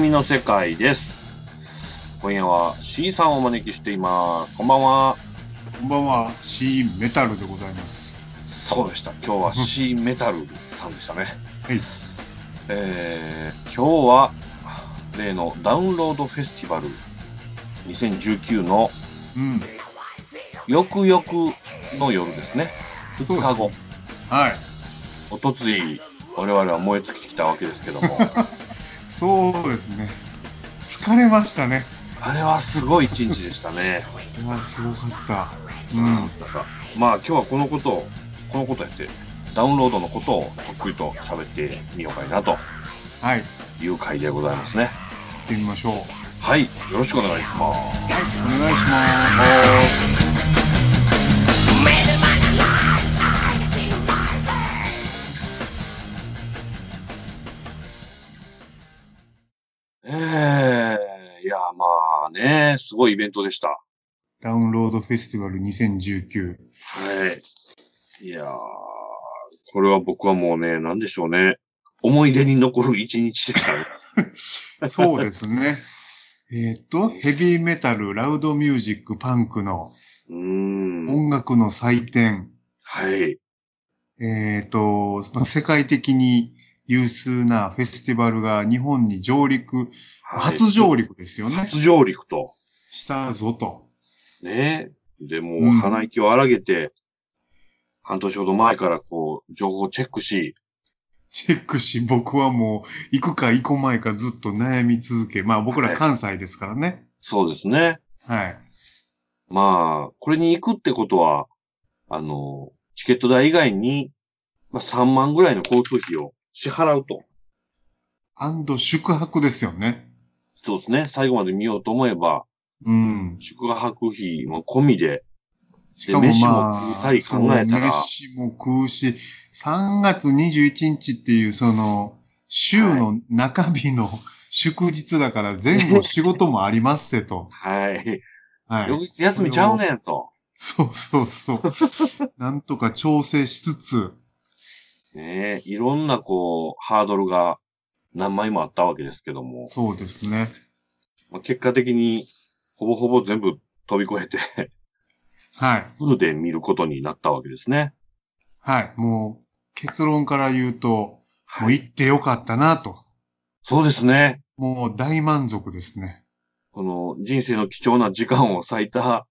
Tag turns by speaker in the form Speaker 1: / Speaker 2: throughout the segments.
Speaker 1: みの世界です。今夜は C さんをお招きしています。こんばんは。
Speaker 2: こんばんは、シーメタルでございます。
Speaker 1: そうでした。今日は C メタルさんでしたね。
Speaker 2: はい。
Speaker 1: えー今日は例のダウンロードフェスティバル2019の
Speaker 2: うん。
Speaker 1: 翌々の夜ですね。
Speaker 2: そう
Speaker 1: 2
Speaker 2: です
Speaker 1: 日後、
Speaker 2: はい。
Speaker 1: おとつい我々は燃え尽きてきたわけですけども、
Speaker 2: そうですね。疲れましたね。
Speaker 1: あれはすごい一日でしたね。
Speaker 2: うわ、すごかった。うん。
Speaker 1: まあ今日はこのことをこのことやってダウンロードのことをとっくりと喋ってみようかいなと
Speaker 2: はい。行
Speaker 1: いう回でございますね
Speaker 2: ってみましょう。はい。
Speaker 1: はいよろしくお願いします
Speaker 2: お願いします。
Speaker 1: えー、いやまあねすごいイベントでした
Speaker 2: ダウンロードフェスティバル2019。
Speaker 1: はいいやーこれは僕はもうね何でしょうね思い出に残る一日でした ね
Speaker 2: そうですね。 えーっと、ヘビーメタル、ラウドミュージック、パンクの
Speaker 1: うーん
Speaker 2: 音楽の祭典。
Speaker 1: はい
Speaker 2: えーっと、まあ世界的に有数なフェスティバルが日本に上陸、
Speaker 1: はい
Speaker 2: 初上陸ですよね。
Speaker 1: 初上陸と
Speaker 2: したぞと。
Speaker 1: ねでも
Speaker 2: う
Speaker 1: うん鼻息を荒げて、半年ほど前からこう情報をチェックし
Speaker 2: チェックし、僕はもう、行くか行こないかずっと悩み続け。まあ僕
Speaker 1: は
Speaker 2: ら
Speaker 1: い
Speaker 2: 関西ですからね。
Speaker 1: そうですね。
Speaker 2: はい。
Speaker 1: まあ、これに行くってことは、あの、チケット代以外に、まあ3万ぐらいの交通費を支払うと。
Speaker 2: アンド宿泊ですよね。
Speaker 1: そうですね。最後まで見ようと思えば、
Speaker 2: うん。
Speaker 1: 宿泊費も込みで、
Speaker 2: しかも
Speaker 1: 飯も
Speaker 2: ま
Speaker 1: 食う
Speaker 2: あ、
Speaker 1: たり考えたら
Speaker 2: そう飯も食うし、3月21日っていうその、週の中 日の祝日だから前後仕事もありますせと。
Speaker 1: はい。
Speaker 2: は
Speaker 1: 翌
Speaker 2: い。
Speaker 1: 日休みちゃうねんと。
Speaker 2: そうそう そう。なんとか調整しつつ、
Speaker 1: ねえ、いろんなこう、ハードルが何枚もあったわけですけども、
Speaker 2: そうですね。
Speaker 1: まあ、結果的に、ほぼほぼ全部飛び越えて、
Speaker 2: はい。
Speaker 1: フルで見ることになったわけですね。
Speaker 2: はい。もう、結論から言うと、も
Speaker 1: は
Speaker 2: う
Speaker 1: い。
Speaker 2: 行ってよかったなと。
Speaker 1: そうですね。
Speaker 2: もう大満足ですね。
Speaker 1: この人生の貴重な時間を割いた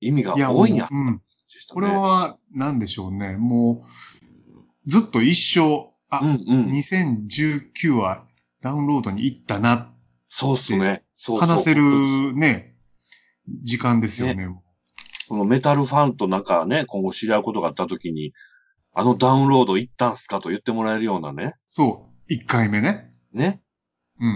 Speaker 1: 意味が
Speaker 2: いや、
Speaker 1: 多いんや。
Speaker 2: もううん。
Speaker 1: でした
Speaker 2: こ
Speaker 1: ね
Speaker 2: れは、なんでしょうね。もう、ずっと一生、
Speaker 1: う
Speaker 2: あ、
Speaker 1: んうん。
Speaker 2: 2019はダウンロードに行ったな、
Speaker 1: そうっすね。そうそう
Speaker 2: 話せるね、時間ですよね。
Speaker 1: このメタルファンとなんかね、今後知り合うことがあった時に、あのダウンロード行ったんすかと言ってもらえるようなね。
Speaker 2: そう、1回目ね。
Speaker 1: ね。
Speaker 2: うん。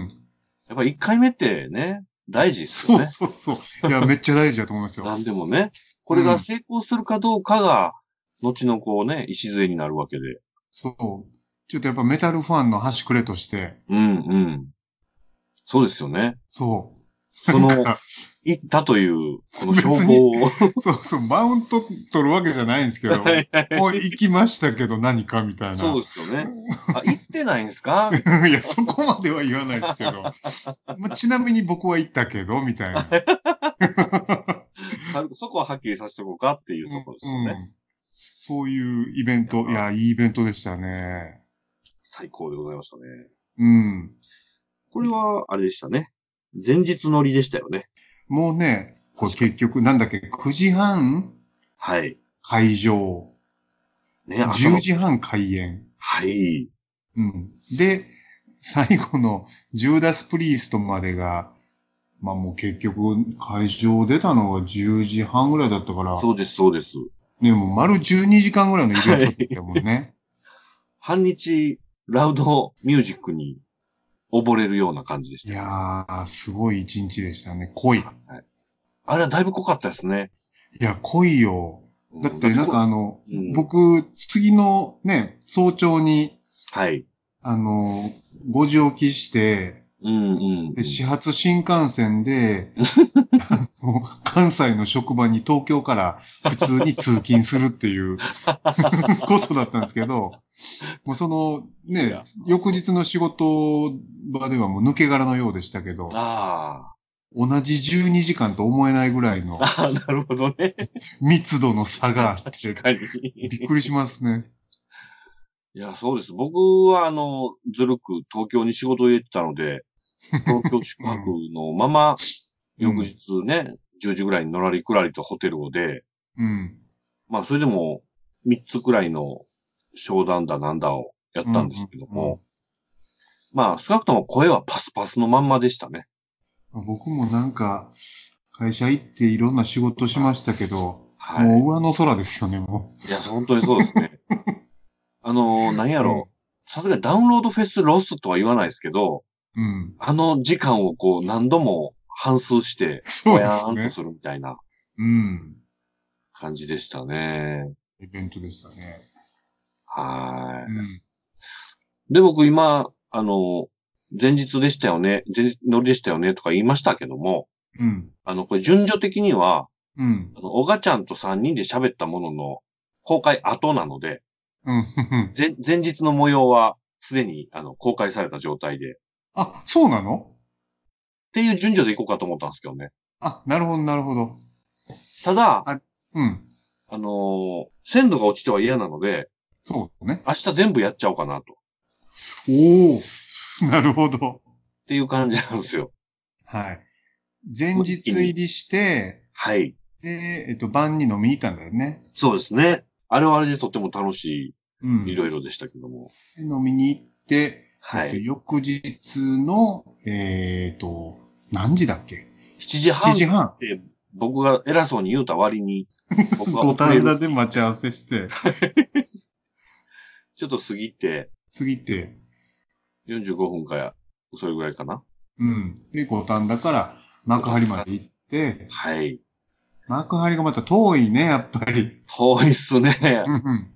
Speaker 1: やっぱ1回目ってね、大事っすよ
Speaker 2: そう
Speaker 1: ね。
Speaker 2: そうそう。いや、めっちゃ大事だと思いますよ。
Speaker 1: 何でもね。これが成功するかどうかが、後のこうね、礎になるわけで。
Speaker 2: そう。ちょっとやっぱメタルファンの端くれとして、
Speaker 1: うんうん。そうですよね。
Speaker 2: そう。
Speaker 1: その
Speaker 2: なんか
Speaker 1: 行ったという、この
Speaker 2: 別
Speaker 1: 称
Speaker 2: に
Speaker 1: 号を。
Speaker 2: そうそう、マウント取るわけじゃないんですけど、もう行きましたけど何かみたい な。
Speaker 1: そうですよね。あ、行ってないんすか
Speaker 2: いや、そこまでは言わないですけど、まあ、ちなみに僕は行ったけど、みたいな。
Speaker 1: 軽くそこははっきりさせておこうかっていうところですよね。
Speaker 2: うんそういうイベント、いや、いいイベントでしたね。
Speaker 1: 最高でございましたね。
Speaker 2: うん。
Speaker 1: これは、あれでしたね。前日乗りでしたよね。
Speaker 2: もうね、これ結局、なんだっけ、9時半
Speaker 1: はい。
Speaker 2: 会場、
Speaker 1: ね、朝の
Speaker 2: 10時半開演。
Speaker 1: はい。
Speaker 2: うん。で、最後のジューダス・プリーストまでが、まあもう結局会場出たのが10時半ぐらいだったから、
Speaker 1: そうです、そうです。
Speaker 2: ね、もう丸12時間ぐらいのイベントだったもんね。
Speaker 1: 半日、ラウドミュージックに溺れるような感じでし
Speaker 2: い
Speaker 1: たよね、
Speaker 2: やー、すごい一日でしたね。濃い。い
Speaker 1: あれはだいぶ濃かったですね。
Speaker 2: や、濃いよ。
Speaker 1: う
Speaker 2: だってなんかあ、の、
Speaker 1: うん
Speaker 2: 僕、次のね、早朝に、
Speaker 1: はい。
Speaker 2: あの、5時起きして、
Speaker 1: うんうん
Speaker 2: で、始発新幹線で、あの関西の職場に東京から普通に通勤するっていう ことだったんですけど、もうその
Speaker 1: い
Speaker 2: ね
Speaker 1: や、
Speaker 2: 翌日の仕事場ではもう抜け殻のようでしたけど、
Speaker 1: あ
Speaker 2: 同じ12時間と思えないぐら いの
Speaker 1: あ。ああ、なるほどね。
Speaker 2: 密度の差があって
Speaker 1: 確、かに。
Speaker 2: びっ
Speaker 1: い
Speaker 2: くりしますね。
Speaker 1: や、そうです。僕は、あの、ずるく東京に仕事を入れてたので、東京宿泊のまま、
Speaker 2: うん
Speaker 1: 翌日ね、10時ぐらいにのらりくらりとホテルをで、
Speaker 2: うん。
Speaker 1: まあ、それでも、3つくらいの商談だなんだをやったんですけども、まあ、少なくとも声はパスパスのまんまでしたね。
Speaker 2: 僕もなんか、会社行っていろんな仕事しましたけど、
Speaker 1: はい。
Speaker 2: もう上の空ですよね、も
Speaker 1: いや、本当にそうです ね。あの、何やろう。さすがダウンロードフェスロスとは言わないですけど、
Speaker 2: う。うん。
Speaker 1: あの時間をこう何度も反数して、
Speaker 2: そ
Speaker 1: ぼ
Speaker 2: うで
Speaker 1: やー
Speaker 2: す
Speaker 1: んと
Speaker 2: ね。
Speaker 1: するみたいな
Speaker 2: うん。
Speaker 1: 感じでしたね。
Speaker 2: イベントでしたね。
Speaker 1: は
Speaker 2: うん。
Speaker 1: い。で、僕今、あの、前日でしたよね、前日乗りでしたよねとか言いましたけども、
Speaker 2: うん。
Speaker 1: あの、これ順序的には、
Speaker 2: うん。
Speaker 1: あの、おがちゃんと3人で喋ったものの、公開後なので、
Speaker 2: うん。
Speaker 1: 前、前日の模様は、すでに、あの、公開された状態で、
Speaker 2: あ、そうなの
Speaker 1: っていう順序でいこうかと思ったんですけどね。
Speaker 2: あ、なるほど、なるほど。
Speaker 1: ただ、
Speaker 2: あうん。
Speaker 1: あのー鮮度が落ちては嫌なので、
Speaker 2: そうね。
Speaker 1: 明日全部やっちゃおうかなと。っ
Speaker 2: おお。なるほど。
Speaker 1: ていう感じなんです よ。
Speaker 2: はい。前日入りして、
Speaker 1: はい。
Speaker 2: で、えっと、晩に飲みに行ったんだよね。
Speaker 1: そうですね。あれはあれでとっても楽し
Speaker 2: うん。
Speaker 1: い、いろいろでしたけども。
Speaker 2: で飲みに行って、
Speaker 1: は
Speaker 2: えっと
Speaker 1: い。
Speaker 2: 翌日の、えっ、と、何時だっけ
Speaker 1: 7時半
Speaker 2: ?7 時
Speaker 1: っ
Speaker 2: 半。
Speaker 1: て僕が偉そうに言うた割 に、僕が
Speaker 2: 五
Speaker 1: 遅
Speaker 2: 反
Speaker 1: れ
Speaker 2: 田
Speaker 1: る。
Speaker 2: で待ち合わせして、
Speaker 1: ちょっと過ぎて、
Speaker 2: 過ぎて、
Speaker 1: 45分か、それぐらいかな。
Speaker 2: うん。で、五反田から幕張まで行って、
Speaker 1: はい。
Speaker 2: 幕張がまた遠いね、やっぱり。
Speaker 1: 遠いっすね。
Speaker 2: うんうん。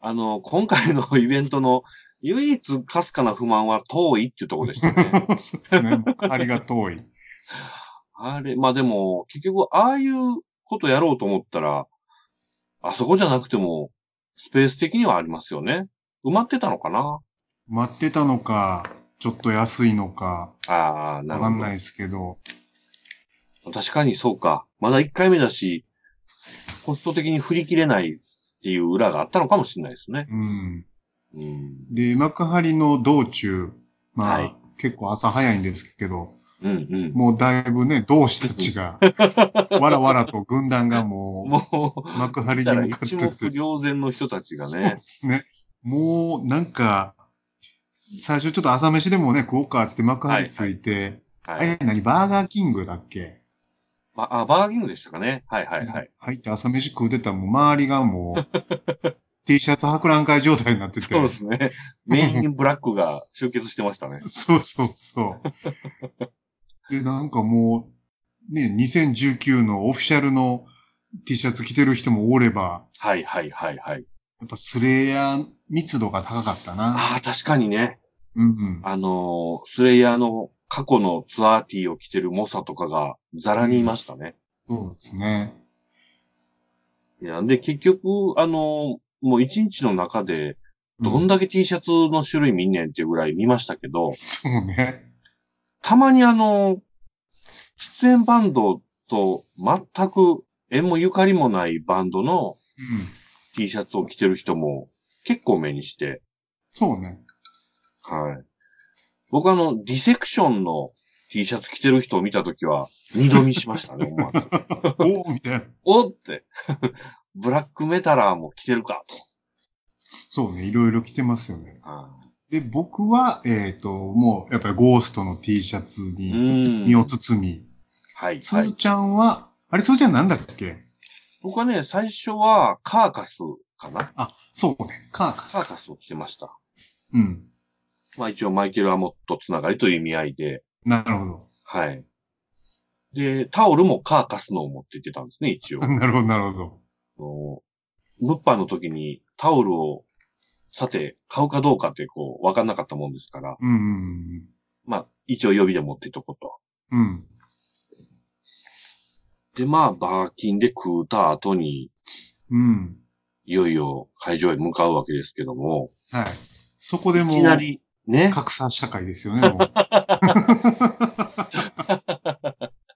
Speaker 1: あの、今回のイベントの唯一かすかな不満は遠いっていうところでしたね。
Speaker 2: そうですね、幕張が遠い。
Speaker 1: あれ、まあでも、結局、ああいうことやろうと思ったら、あそこじゃなくても、スペース的にはありますよね。埋まってたのかな
Speaker 2: 待ってたのか、ちょっと安いのか、
Speaker 1: ああ、なる
Speaker 2: わか
Speaker 1: ほ
Speaker 2: んない
Speaker 1: ど。
Speaker 2: ですけど、
Speaker 1: 確かにそうか。まだ1回目だし、コスト的に振り切れないっていう裏があったのかもしれないですね。
Speaker 2: うん。
Speaker 1: うん。
Speaker 2: で、幕張の道中、まあ、
Speaker 1: はい
Speaker 2: 結構朝早いんですけど、
Speaker 1: うんうん。
Speaker 2: もうだいぶね、同志た ちが、わらわらと軍団がも
Speaker 1: もう、
Speaker 2: う、幕張
Speaker 1: 見たら
Speaker 2: に向かって
Speaker 1: 一
Speaker 2: て。
Speaker 1: 目瞭然の人たちが
Speaker 2: そうで
Speaker 1: ね。
Speaker 2: すね。もう、なんか、最初ちょっと朝飯でもね、食おうかっつって幕張ついて、あ
Speaker 1: はい。
Speaker 2: れ、何、バーガーキングだっけ
Speaker 1: まあ、バーギングでしたかね。はいはいはい。
Speaker 2: 入って朝飯食うてたらもう周りがもう、T シャツ博覧会状態になってて。
Speaker 1: そうですね。メインブラックが集結してましたね。
Speaker 2: そうそうそう。で、なんかもう、ね、2019のオフィシャルの T シャツ着てる人もおれば、
Speaker 1: はいはいはいはい。
Speaker 2: やっぱスレイヤー密度が高かったな。
Speaker 1: ああ、確かにね。
Speaker 2: うんうん。
Speaker 1: あのースレイヤーの過去のツアーティーを着てる猛者とかがザラにいましたね。
Speaker 2: そうですね。
Speaker 1: いや、で、結局、あのーもう一日の中で、どん
Speaker 2: だ、
Speaker 1: だけ T シャツの種類見んねんっていうぐらい見ましたけど、
Speaker 2: そうね。
Speaker 1: たまにあのー出演バンドと全く縁もゆかりもないバンドの
Speaker 2: うん。
Speaker 1: T シャツを着てる人も結構目にして、
Speaker 2: そうね。
Speaker 1: はい。僕あの、ディセクションの T シャツ着てる人を見たときは、二度見しま したね、思わず。
Speaker 2: おみたいな。
Speaker 1: おって。 ブラックメタラーも着てるか、と。
Speaker 2: そうね。いろいろ着てますよね。
Speaker 1: ああ
Speaker 2: で、僕は、えっ、と、もう、やっぱりゴーストの T シャツ
Speaker 1: う
Speaker 2: に、
Speaker 1: ん。
Speaker 2: 身を包み。
Speaker 1: はい、
Speaker 2: つ
Speaker 1: は
Speaker 2: ー
Speaker 1: い。
Speaker 2: ちゃんは、あれ、つーちゃんなんだっけ
Speaker 1: 僕はね、最初はカーカスかな。
Speaker 2: あ、そうね。カーカス。
Speaker 1: カーカスを着てました。
Speaker 2: うん。
Speaker 1: まあ一応マイケル・アモットつながりという意味合いで、
Speaker 2: なるほど。
Speaker 1: はい。で、タオルもカーカスのを持って行ってたんですね、一応。あ
Speaker 2: なるほど、なるほど。
Speaker 1: の物販の時にタオルを、さて、買うかどうかってこう、わかんなかったもんですから、
Speaker 2: うんうんうん。
Speaker 1: まあ、一応予備で持ってとこと。
Speaker 2: うん。
Speaker 1: で、まあ、バーキンで食うた後に、
Speaker 2: うん。
Speaker 1: いよいよ会場へ向かうわけですけども、
Speaker 2: はい。そこで
Speaker 1: い
Speaker 2: も
Speaker 1: きな
Speaker 2: う、
Speaker 1: り、ね、
Speaker 2: 格差社会ですよ ね、も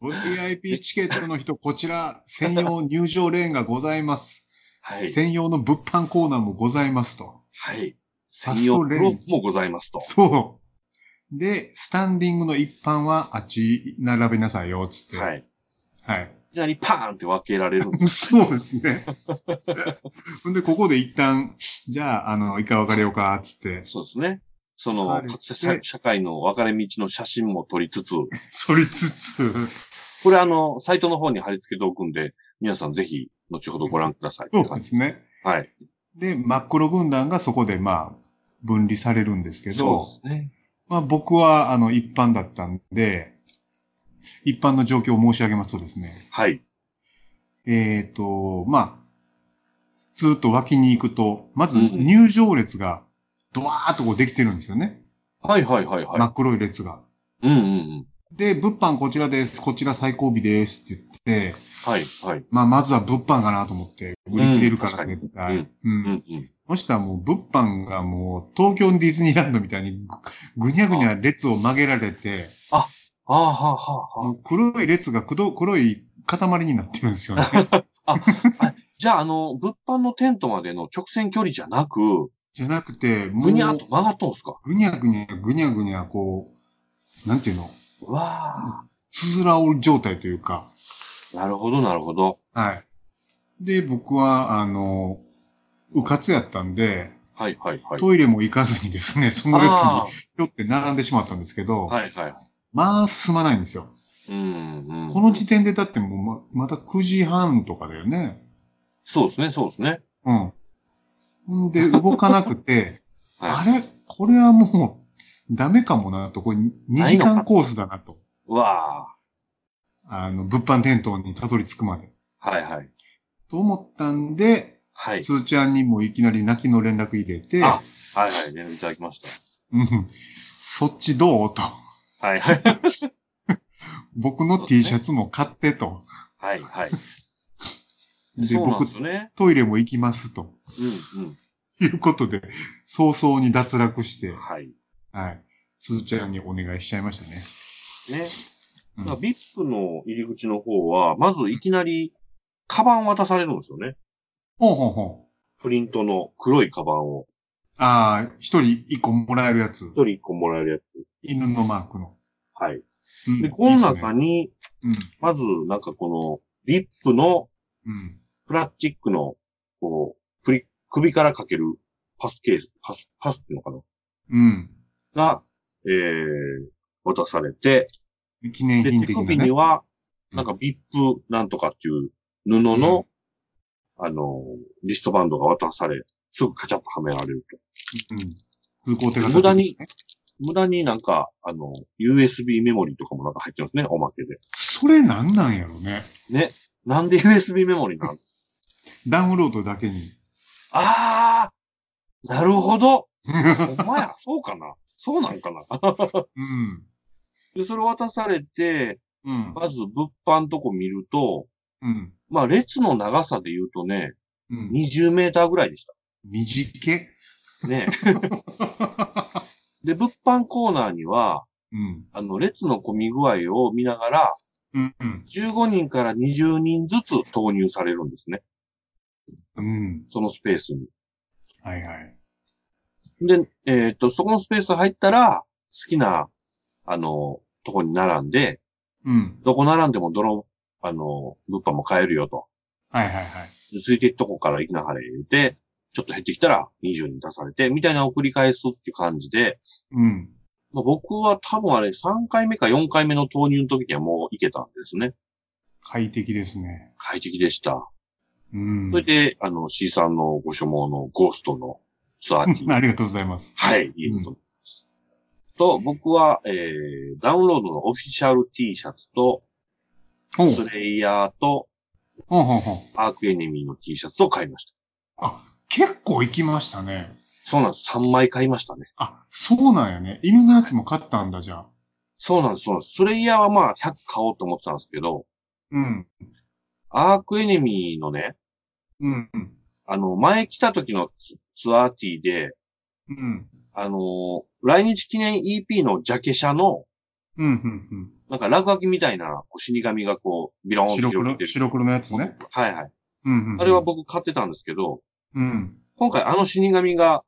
Speaker 2: う。VIP チケットの人、こちら、専用入場レーンがございます。
Speaker 1: はい、
Speaker 2: 専用の物販コーナーもございますと。
Speaker 1: はい、専用ブロックもございますと。
Speaker 2: そう。で、スタンディングの一般はあっち並べなさいよ、つって。。
Speaker 1: はいい。
Speaker 2: はい。
Speaker 1: いきなりパーンって分けられるんです。
Speaker 2: そうですね。 ほんで、ここで一旦、じゃあ、あの、一回別れようか、つって。
Speaker 1: そうですね。その、
Speaker 2: はい
Speaker 1: 格差社社会の分かれ道の写真も撮りつつ、
Speaker 2: そりつつ、
Speaker 1: これあの、サイトの方に貼り付けておくんで、皆さんぜひ、後ほどご覧ください。
Speaker 2: そうです。ね。
Speaker 1: はい。
Speaker 2: で、真っ黒軍団がそこで、まあ、分離されるんですけ
Speaker 1: そう
Speaker 2: ど
Speaker 1: で、すね。
Speaker 2: まあ僕は、あの、一般だったんで、一般の状況を申し上げますとですね、
Speaker 1: はい。
Speaker 2: えっ、と、まあ、ずっと脇に行くと、まず
Speaker 1: うん
Speaker 2: 入場列がドワーっとこうできてるんですよね。
Speaker 1: はいはいはい
Speaker 2: 真
Speaker 1: は
Speaker 2: っ黒い列が。
Speaker 1: い。うんうんうん。
Speaker 2: で、物販こちらです、こちら最後尾ですって言って、
Speaker 1: はいはい。
Speaker 2: まあまずは物販かなと思って、売り切れるか
Speaker 1: うん確
Speaker 2: ら
Speaker 1: かに
Speaker 2: 絶対。
Speaker 1: うん
Speaker 2: うん
Speaker 1: うんうん。
Speaker 2: そしたらもう物販がもう東京ディズニーランドみたいにぐぐにゃぐにゃ列を曲げられて、
Speaker 1: ああ、はあ、はあ、は
Speaker 2: もう黒い列がくど黒い塊になってるん ですよね。
Speaker 1: あ。じゃあ、あの、物販のテントまでの直線距離じゃなく、
Speaker 2: じゃなくて、もう
Speaker 1: ぐにゃっと曲がっとんすか
Speaker 2: ぐにゃぐにゃ、ぐにゃぐにゃ、こう、なんていうの、
Speaker 1: うわあ。
Speaker 2: つづら折り状態というか、
Speaker 1: なるほど、なるほど。
Speaker 2: はい。で、僕は、あの、うかつやったんで、
Speaker 1: はいはいはい。
Speaker 2: トイレも行かずにですね、その列に
Speaker 1: あ
Speaker 2: ぴょって並んでしまったんですけど、
Speaker 1: あ。はいはい。
Speaker 2: まあ進まないんですよ。
Speaker 1: うんうん。
Speaker 2: この時点でだってもうままた9時半とかだよね。
Speaker 1: そうですね、そうですね。
Speaker 2: うん。んで、動かなくて、あ
Speaker 1: はい。
Speaker 2: れこれはもう、ダメかもなと、これ2時間コースだなと。
Speaker 1: うわあ。
Speaker 2: あの、物販店頭にたどり着くまで。
Speaker 1: はいはい。
Speaker 2: と思ったんで、
Speaker 1: はい。
Speaker 2: つーちゃんにもいきなり泣きの連絡入れて、
Speaker 1: あはいはい。連絡いただきまし
Speaker 2: うん、そっちどうと。
Speaker 1: た。はいはい。
Speaker 2: 僕の
Speaker 1: そうですね
Speaker 2: T シャツも買ってと。
Speaker 1: はいはい。
Speaker 2: で、
Speaker 1: そうなん
Speaker 2: 僕
Speaker 1: ですよね。
Speaker 2: トイレも行きますと。
Speaker 1: うんうん。
Speaker 2: いうことで、早々に脱落して、
Speaker 1: はい。
Speaker 2: はい。つーちゃんにお願いしちゃいましたね。
Speaker 1: ね。
Speaker 2: うん
Speaker 1: だから VIP の入り口の方は、まずいきなり、カバン渡されるんですよね。
Speaker 2: ほうほうほう。
Speaker 1: プリントの黒いカバンを、
Speaker 2: ああ、一人一個もらえるやつ。
Speaker 1: 一人一個もらえるやつ。
Speaker 2: 犬のマークの。
Speaker 1: はい。
Speaker 2: うん
Speaker 1: で、この中
Speaker 2: い
Speaker 1: に、
Speaker 2: いっすね
Speaker 1: まず、なんかこの、VIP の
Speaker 2: うん。
Speaker 1: プラスチックの、こう、プリ首からかけるパスケース、パス、パスっていうのかな
Speaker 2: うん。
Speaker 1: が、えー、渡されて、
Speaker 2: うん。記念
Speaker 1: で、
Speaker 2: 品
Speaker 1: 手
Speaker 2: 的
Speaker 1: 首
Speaker 2: な
Speaker 1: に
Speaker 2: ね。
Speaker 1: は、
Speaker 2: うん
Speaker 1: なんか VIP なんとかっていう布の、あの、リストバンドが渡され、すぐカチャッとはめられると。
Speaker 2: うん。通行手形。
Speaker 1: 無駄に。無駄になんか、あの、USB メモリーとかもなんか入ってますね、おまけで。
Speaker 2: それなんなんやろね。
Speaker 1: なんで USB メモリーなん
Speaker 2: ダウンロードだけに。
Speaker 1: あーなるほど
Speaker 2: う。
Speaker 1: ほんまや、そうかなそうなんかなんで、それ渡されて、
Speaker 2: うん。
Speaker 1: まず物販とこ見ると、
Speaker 2: うん。
Speaker 1: まあ列の長さで言うとね、
Speaker 2: うん。
Speaker 1: 20メーターぐらいでし
Speaker 2: 短い。
Speaker 1: た。 ね。で、物販コーナーには、
Speaker 2: うん。
Speaker 1: あの、列の混み具合を見ながら、
Speaker 2: うん。うん
Speaker 1: 15人から20人ずつ投入されるんですね。
Speaker 2: うん。
Speaker 1: そのスペースに。
Speaker 2: はいはい。
Speaker 1: で、えーっと、そこのスペース入ったら、好きな、あの、とこに並んで、
Speaker 2: うん。
Speaker 1: どこ並んでもどの、あの、物販も買えるよと。
Speaker 2: はいはいはい。
Speaker 1: でついていっとこから行きなはれ言うて、ちょっと減ってきたら20人出されて、みたいなのを繰り返すって感じで、
Speaker 2: うん。
Speaker 1: まあ、僕は多分あれ3回目か4回目の投入の時にはもう行けたんですね。
Speaker 2: 快適ですね。
Speaker 1: 快適でした。
Speaker 2: うん
Speaker 1: そ。れで、あの、C さんのご所望のゴーストのツアーティー。
Speaker 2: ありがとうございます。
Speaker 1: はい、いいと思います。と、僕は、えー、ダウンロードのオフィシャル T シャツと、
Speaker 2: ほう
Speaker 1: スレイヤーと、
Speaker 2: ほうほうほう。
Speaker 1: アークエネミーの T シャツを買いました。
Speaker 2: あ、結構行きましたね。
Speaker 1: そうなんです。3枚買いましたね。
Speaker 2: あ、そうなんやね。犬のやつも買ったんだ、じゃあ。
Speaker 1: そうなんです、そうなんです。それイヤーはまあ100買おうと思ってたんですけど、
Speaker 2: うん。
Speaker 1: アークエネミーのね、
Speaker 2: うん。うん
Speaker 1: あの、前来た時のツツアーティーで、
Speaker 2: うん。
Speaker 1: あのー来日記念 EP のジャケ写の、
Speaker 2: うん。うん
Speaker 1: なんか落書きみたいなこう死神がこう、ビロー
Speaker 2: う
Speaker 1: ン
Speaker 2: ん。
Speaker 1: って広げて
Speaker 2: 白黒、
Speaker 1: る。
Speaker 2: 白黒のやつね。
Speaker 1: はいはい。
Speaker 2: うんうん。うん
Speaker 1: あれは、僕買ってたんですけど、
Speaker 2: うん。
Speaker 1: 今回あの死神が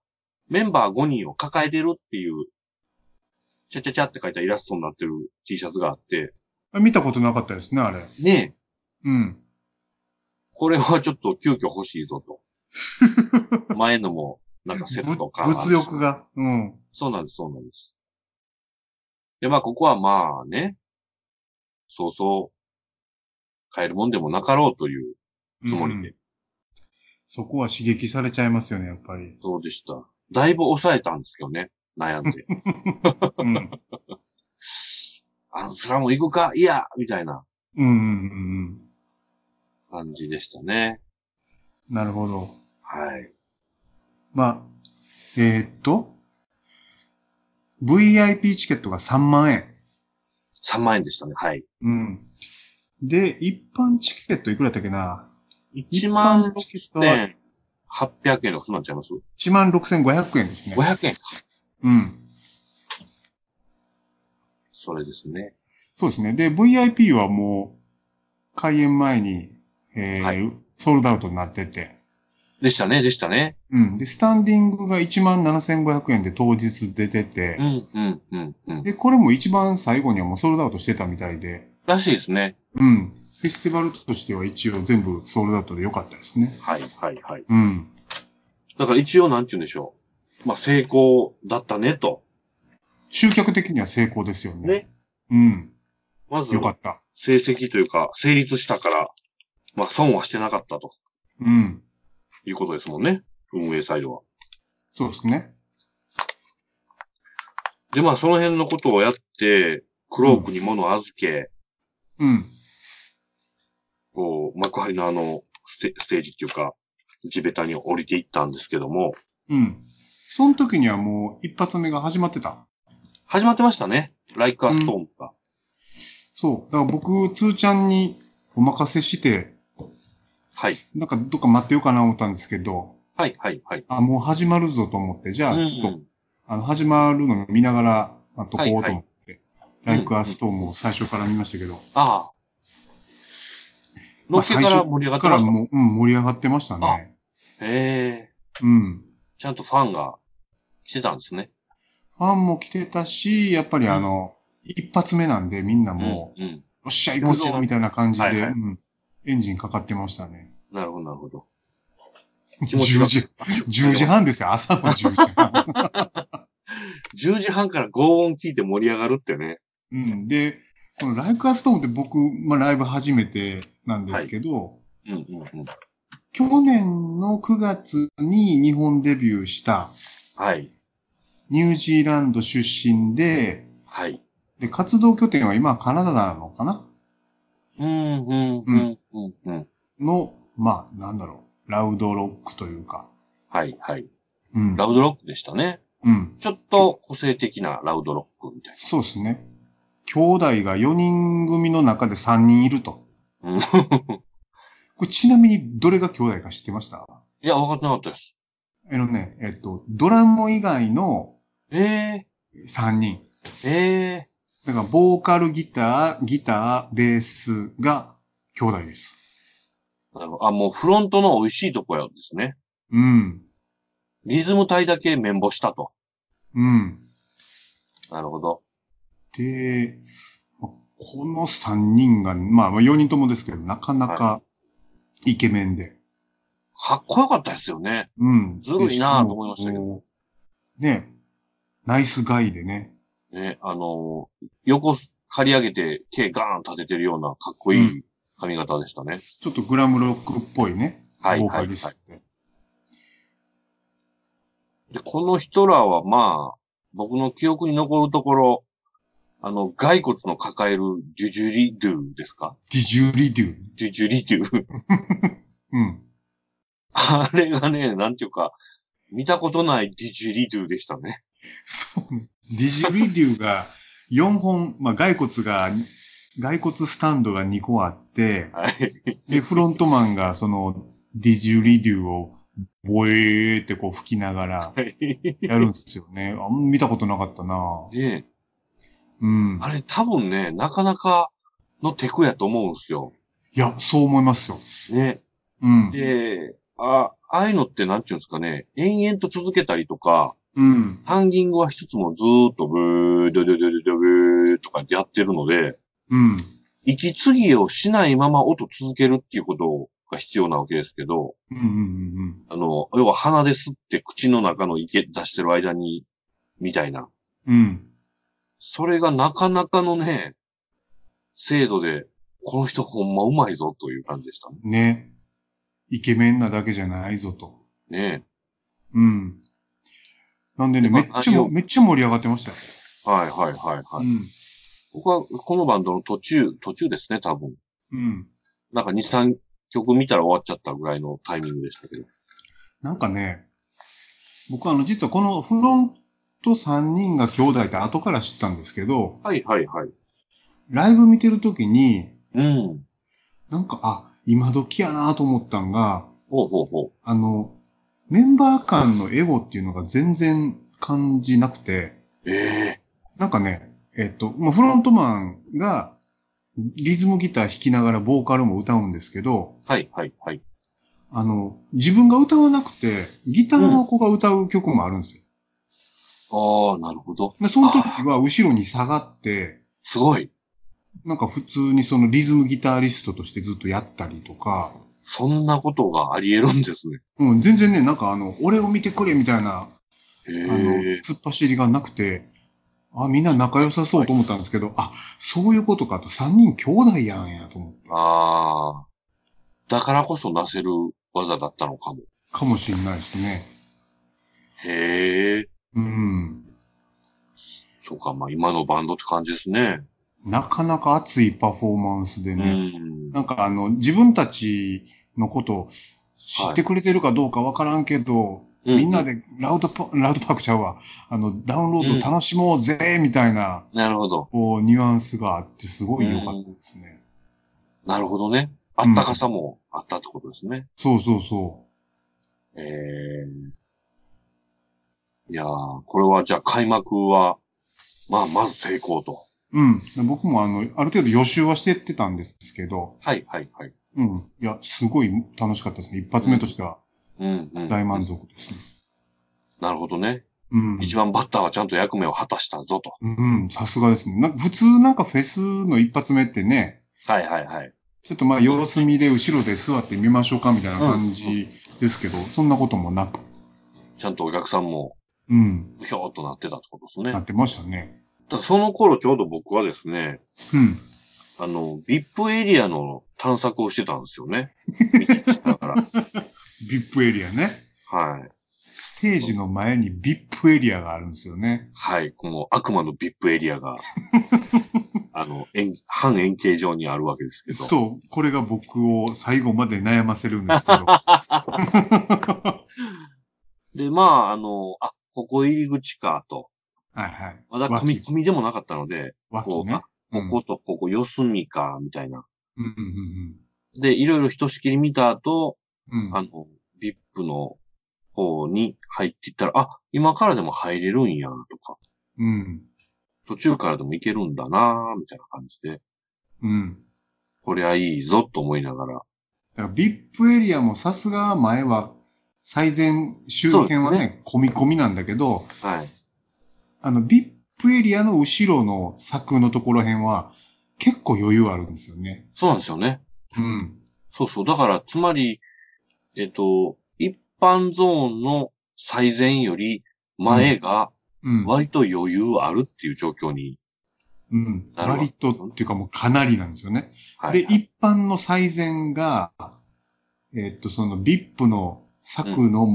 Speaker 1: メンバー5人を抱えてるっていう、ちゃちゃちゃって書いたイラストになってる T シャツがあって、
Speaker 2: あ見たことなかったですね、あれ。
Speaker 1: ねえ、
Speaker 2: うん。
Speaker 1: これはちょっと急遽欲しいぞ と。前のも、なんかセットか。
Speaker 2: ぶ物欲が。うん。
Speaker 1: そうなんです、そうなんです。で、まあ、ここはまあね、そうそう、買えるもんでもなかろうというつもりで、
Speaker 2: うんそこは刺激されちゃいますよね、やっ ぱり。
Speaker 1: どうでした。だいぶ抑えたんですけどね、悩ん で。
Speaker 2: うん。
Speaker 1: アンスラも行くかいやみたいな
Speaker 2: うんうんうんうん。
Speaker 1: 感じでしたね。
Speaker 2: なるほど。
Speaker 1: はい。
Speaker 2: まあ、えーっと、VIP チケットが3万円。
Speaker 1: 3万円でしたね、はい。
Speaker 2: うん。で、一般チケットいくらだったっけな
Speaker 1: 1万
Speaker 2: チケットは
Speaker 1: 6800円とかそうなっちゃいます
Speaker 2: ?1 万6500円ですね。
Speaker 1: ?500 円。
Speaker 2: うん。
Speaker 1: それですね。
Speaker 2: そうですね。で、VIP はもう、開演前に、えー
Speaker 1: は
Speaker 2: ソールドアウトになってて。
Speaker 1: でしたね、でしたね。
Speaker 2: うん。で、スタンディングが17,500円で当日出てて
Speaker 1: う、ん、うん、うん、うん。
Speaker 2: で、これも一番最後にはもうソールドアウトしてたみたいで、
Speaker 1: らしいですね。
Speaker 2: うん。フェスティバルとしては一応全部ソールドアウトで良かったですね。
Speaker 1: はい、はい、はい。
Speaker 2: うん。
Speaker 1: だから一応なんて言うんでしょう。まあ成功だったねと。
Speaker 2: 集客的には成功ですよね。
Speaker 1: ね。
Speaker 2: うん。
Speaker 1: まず
Speaker 2: 良、かった。
Speaker 1: 成績というか、成立したから、まあ損はしてなかったと
Speaker 2: うん。
Speaker 1: いうことですもんね。運営サイドは。
Speaker 2: そうですね。
Speaker 1: で、まあその辺のことをやって、クロークに物を預け、
Speaker 2: うん。
Speaker 1: こう、幕張のあのステ、ステージっていうか、地べたに降りていったんですけども、
Speaker 2: うん。その時にはもう一発目が始まってた。
Speaker 1: 始まってましたね。ライクアストームが。
Speaker 2: そう。だから僕、つーちゃんにお任せして、
Speaker 1: はい。
Speaker 2: なんかどっか待ってようかな思ったんですけど、
Speaker 1: はい、はい、はい。
Speaker 2: あ、もう始まるぞと思って、じゃあ、ちょっと、
Speaker 1: うん
Speaker 2: あの、始まるのを見ながら、あとこ
Speaker 1: は
Speaker 2: う
Speaker 1: いは
Speaker 2: と
Speaker 1: い
Speaker 2: 思って、ライクアストームを最初から見ましたけど、
Speaker 1: ああ。の
Speaker 2: ま
Speaker 1: っ
Speaker 2: あ
Speaker 1: けから盛り上が
Speaker 2: だ
Speaker 1: って
Speaker 2: か
Speaker 1: ま
Speaker 2: ら
Speaker 1: し
Speaker 2: もう、うん、盛り上がってましたね。
Speaker 1: た。へえ。
Speaker 2: うん。
Speaker 1: ちゃんとファンが来てたんですね。
Speaker 2: ファンも来てたし、やっぱりあの、一発目なんでみんなもう、
Speaker 1: うん。うん。
Speaker 2: おっしゃ、行く
Speaker 1: 行く
Speaker 2: ぞ
Speaker 1: ぞ
Speaker 2: みたいな感じで、
Speaker 1: はいはい
Speaker 2: うんエンジンかかってましたね。
Speaker 1: なるほど、なるほど。気持ち
Speaker 2: 10
Speaker 1: が
Speaker 2: 時、10時半ですよ、朝の10 時半。
Speaker 1: 10時半から轟音聞いて盛り上がるってね。
Speaker 2: うん。で、このライクアストームって僕、まあライブ初めてなんですけど、
Speaker 1: うんうんうん。
Speaker 2: 去年の9月に日本デビューした
Speaker 1: はい。
Speaker 2: ニュージーランド出身で、
Speaker 1: はい。
Speaker 2: で、活動拠点は今カナダなのかな
Speaker 1: うんうんうんうんうん。
Speaker 2: の、まあ、なんだろう、ラウドロックというか。
Speaker 1: はいはい。
Speaker 2: うん。
Speaker 1: ラウドロックでしたね。
Speaker 2: うん。
Speaker 1: ちょっと個性的なラウドロックみたい
Speaker 2: そうですね。兄弟が4人組の中で3人いると。
Speaker 1: うん
Speaker 2: これちなみにどれが兄弟か知ってました
Speaker 1: な。いや、分かってなかったです。
Speaker 2: あのね、えっと、ドラム以外の
Speaker 1: ええ
Speaker 2: 3人。
Speaker 1: ええ
Speaker 2: だから、ボーカル、ギター、ギター、ベースが兄弟です。
Speaker 1: なるほどあ、もうフロントの美味しいとこやですね。
Speaker 2: うん。
Speaker 1: リズム体だけ綿棒したと。
Speaker 2: うん。
Speaker 1: なるほど。
Speaker 2: で、この3人が、まあ4人ともですけど、なかなかイケメンで。
Speaker 1: かっこよかったですよね。
Speaker 2: うん。
Speaker 1: ずるいなぁと思いましたけど
Speaker 2: ど。ね、ナイスガイでね。
Speaker 1: ね、あのー横刈り上げて手ガーン立ててるようなかっこいい髪型でしたね。
Speaker 2: ちょっとグラムロックっぽいね。
Speaker 1: はい
Speaker 2: ボーカリストで。
Speaker 1: で、この人らはまあ、僕の記憶に残るところ、あの、骸骨の抱えるデュジュリドゥですか
Speaker 2: ディジュリデュ。
Speaker 1: デュジュリドゥ。
Speaker 2: うん。
Speaker 1: あれがね、なんていうか、見たことないデュジュリドゥでしたね。
Speaker 2: そうね。ディジュリデュが 4本、まあ、骸骨が、骸骨スタンドが2個あって、
Speaker 1: はい。
Speaker 2: で、フロントマンがそのディジュリデュをボエーってこう吹きながら やるんですよね。あんま見たことなかったな
Speaker 1: で、
Speaker 2: うん。
Speaker 1: あれ多分ね、なかなかのテクやと思うんですよ。
Speaker 2: いや、そう思いますよ。
Speaker 1: ね。
Speaker 2: うん。
Speaker 1: で、あ、ああいうのってなんていうんですかね、延々と続けたりとか、
Speaker 2: うん。
Speaker 1: タンギングはしつつもずーっとブー、ドゥドゥドゥドゥブーとかってやってるので、
Speaker 2: うん。
Speaker 1: 息継ぎをしないまま音続けるっていうことが必要なわけですけど、
Speaker 2: うんうんうん
Speaker 1: あの、要は鼻で吸って口の中の息出してる間に、みたいな。
Speaker 2: うん。うん。
Speaker 1: それがなかなかのね、精度で、この人ほんまうまいぞという感じでしたね。
Speaker 2: ね。イケメンなだけじゃないぞと。
Speaker 1: ね
Speaker 2: うん。なんでね、
Speaker 1: でま
Speaker 2: め
Speaker 1: あ
Speaker 2: っちゃも、
Speaker 1: あの
Speaker 2: めっちゃ盛り上がってましたよ。
Speaker 1: はいはいはいはい。
Speaker 2: うん。
Speaker 1: 僕はこのバンドの途中、途中ですね、多分。
Speaker 2: うん。
Speaker 1: なんか2、3曲見たら終わっちゃったぐらいのタイミングでしたけど。
Speaker 2: なんかね、僕あの、実はこのフロント3人が兄弟って後から知ったんですけど、
Speaker 1: はいはいはい。
Speaker 2: ライブ見てるときに、
Speaker 1: うん。
Speaker 2: なんか、あ、今時やなと思ったんが、
Speaker 1: ほうほうほう。
Speaker 2: あの、メンバー間のエゴっていうのが全然感じなくて、
Speaker 1: ええ
Speaker 2: なんかね、えっと、まあ、フロントマンがリズムギター弾きながらボーカルも歌うんですけど、
Speaker 1: はいはいはい。
Speaker 2: あの、自分が歌わなくて、ギターの子が歌う曲もあるんですよ。
Speaker 1: ああ、なるほど。
Speaker 2: でその時は後ろに下がって、
Speaker 1: すごい。
Speaker 2: なんか普通にそのリズムギタリストとしてずっとやったりとか、
Speaker 1: そんなことがあり得るんですね。
Speaker 2: うん、全然ね、なんかあの、俺を見てくれみたいな、あの、
Speaker 1: ええ
Speaker 2: 突っ走りがなくて、あ、みんな仲良さそうと思ったんですけど、あ、そういうことかと、3人兄弟やんやと思っ
Speaker 1: ああ。だからこそなせる技だったのかも。
Speaker 2: たかもしれないですね。
Speaker 1: へえ。
Speaker 2: うん。
Speaker 1: そうか、まあ今のバンドって感じですね。
Speaker 2: なかなか熱いパフォーマンスで
Speaker 1: う
Speaker 2: ね、
Speaker 1: ん。
Speaker 2: なんかあの、自分たちのことを知ってくれてるかどうかわからんけど、みんな
Speaker 1: で。
Speaker 2: でラウドパ、ラウドパークちゃうわ。あの、ダウンロード楽しもうぜ、みたいな、
Speaker 1: なるほど。
Speaker 2: こう、ニュアンスがあって、すごい良かったですね。
Speaker 1: なるほどね。あったかさもあったってことですね。
Speaker 2: そうそうそ
Speaker 1: ええいやー、これはじゃあ開幕は、まあまず成功と。
Speaker 2: う。うん。僕もあの、ある程度予習はしてってたんですけど、
Speaker 1: はいはいはい。
Speaker 2: うん。いや、すごい楽しかったですね。一発目としては
Speaker 1: うんうん。
Speaker 2: 大満足ですね。
Speaker 1: なるほどね。
Speaker 2: うん。
Speaker 1: 一番バッターはちゃんと役目を果たしたぞと。
Speaker 2: うん、さすがですね。なんか普通なんかフェスの一発目ってね、
Speaker 1: はいはいはい。
Speaker 2: ちょっとまあ様子見で後ろで座ってみましょうかみたいな感じですけど、そんなこともなく、
Speaker 1: ちゃんとお客さんも、
Speaker 2: うん、
Speaker 1: うひょーっとなってたってことですね。
Speaker 2: なってましたね。
Speaker 1: だからその頃ちょうど僕はですね、
Speaker 2: うん。
Speaker 1: あの、VIP エリアの探索をしてたんですよね。道しながら。
Speaker 2: ビップエリアね。
Speaker 1: はい。
Speaker 2: ステージの前にビップエリアがあるんですよね。
Speaker 1: はい。もう悪魔の VIP エリアが、あの、円半円形状にあるわけですけど。
Speaker 2: そう、これが僕を最後まで悩ませるんで すけど。はい
Speaker 1: で、まあ、あの、あ、ここ入り口かと。
Speaker 2: はい。
Speaker 1: まだ込み、込みでもなかったので、
Speaker 2: 脇
Speaker 1: こう
Speaker 2: ね。
Speaker 1: こことここ四隅か、みたいな。
Speaker 2: うんうんうん
Speaker 1: で、いろいろひとしきり見た後、
Speaker 2: うん。うん
Speaker 1: あの、VIP の方に入っていったら、あ、今からでも入れるんや、とか、
Speaker 2: うん。
Speaker 1: 途中からでも行けるんだな、みたいな感じで、
Speaker 2: うん。
Speaker 1: こりゃいいぞ、と思いながら。
Speaker 2: だからビップエリアもさすが前は、最前周辺は
Speaker 1: そうです
Speaker 2: ね、込み込みなんだけど、
Speaker 1: はい。
Speaker 2: あの、ビップエリアの後ろの柵のところ辺は、結構余裕あるんですよね。
Speaker 1: そうなんですよね。
Speaker 2: うん。
Speaker 1: そうそう。だから、つまり、えっと、一般ゾーンの最前より前が
Speaker 2: うん。
Speaker 1: 割と余裕あるっていう状況に。
Speaker 2: うん。
Speaker 1: なるほど
Speaker 2: 割とっていうかもうかなりなんですよね。
Speaker 1: はい。
Speaker 2: で、一般の最善が、えっと、その VIP の柵の、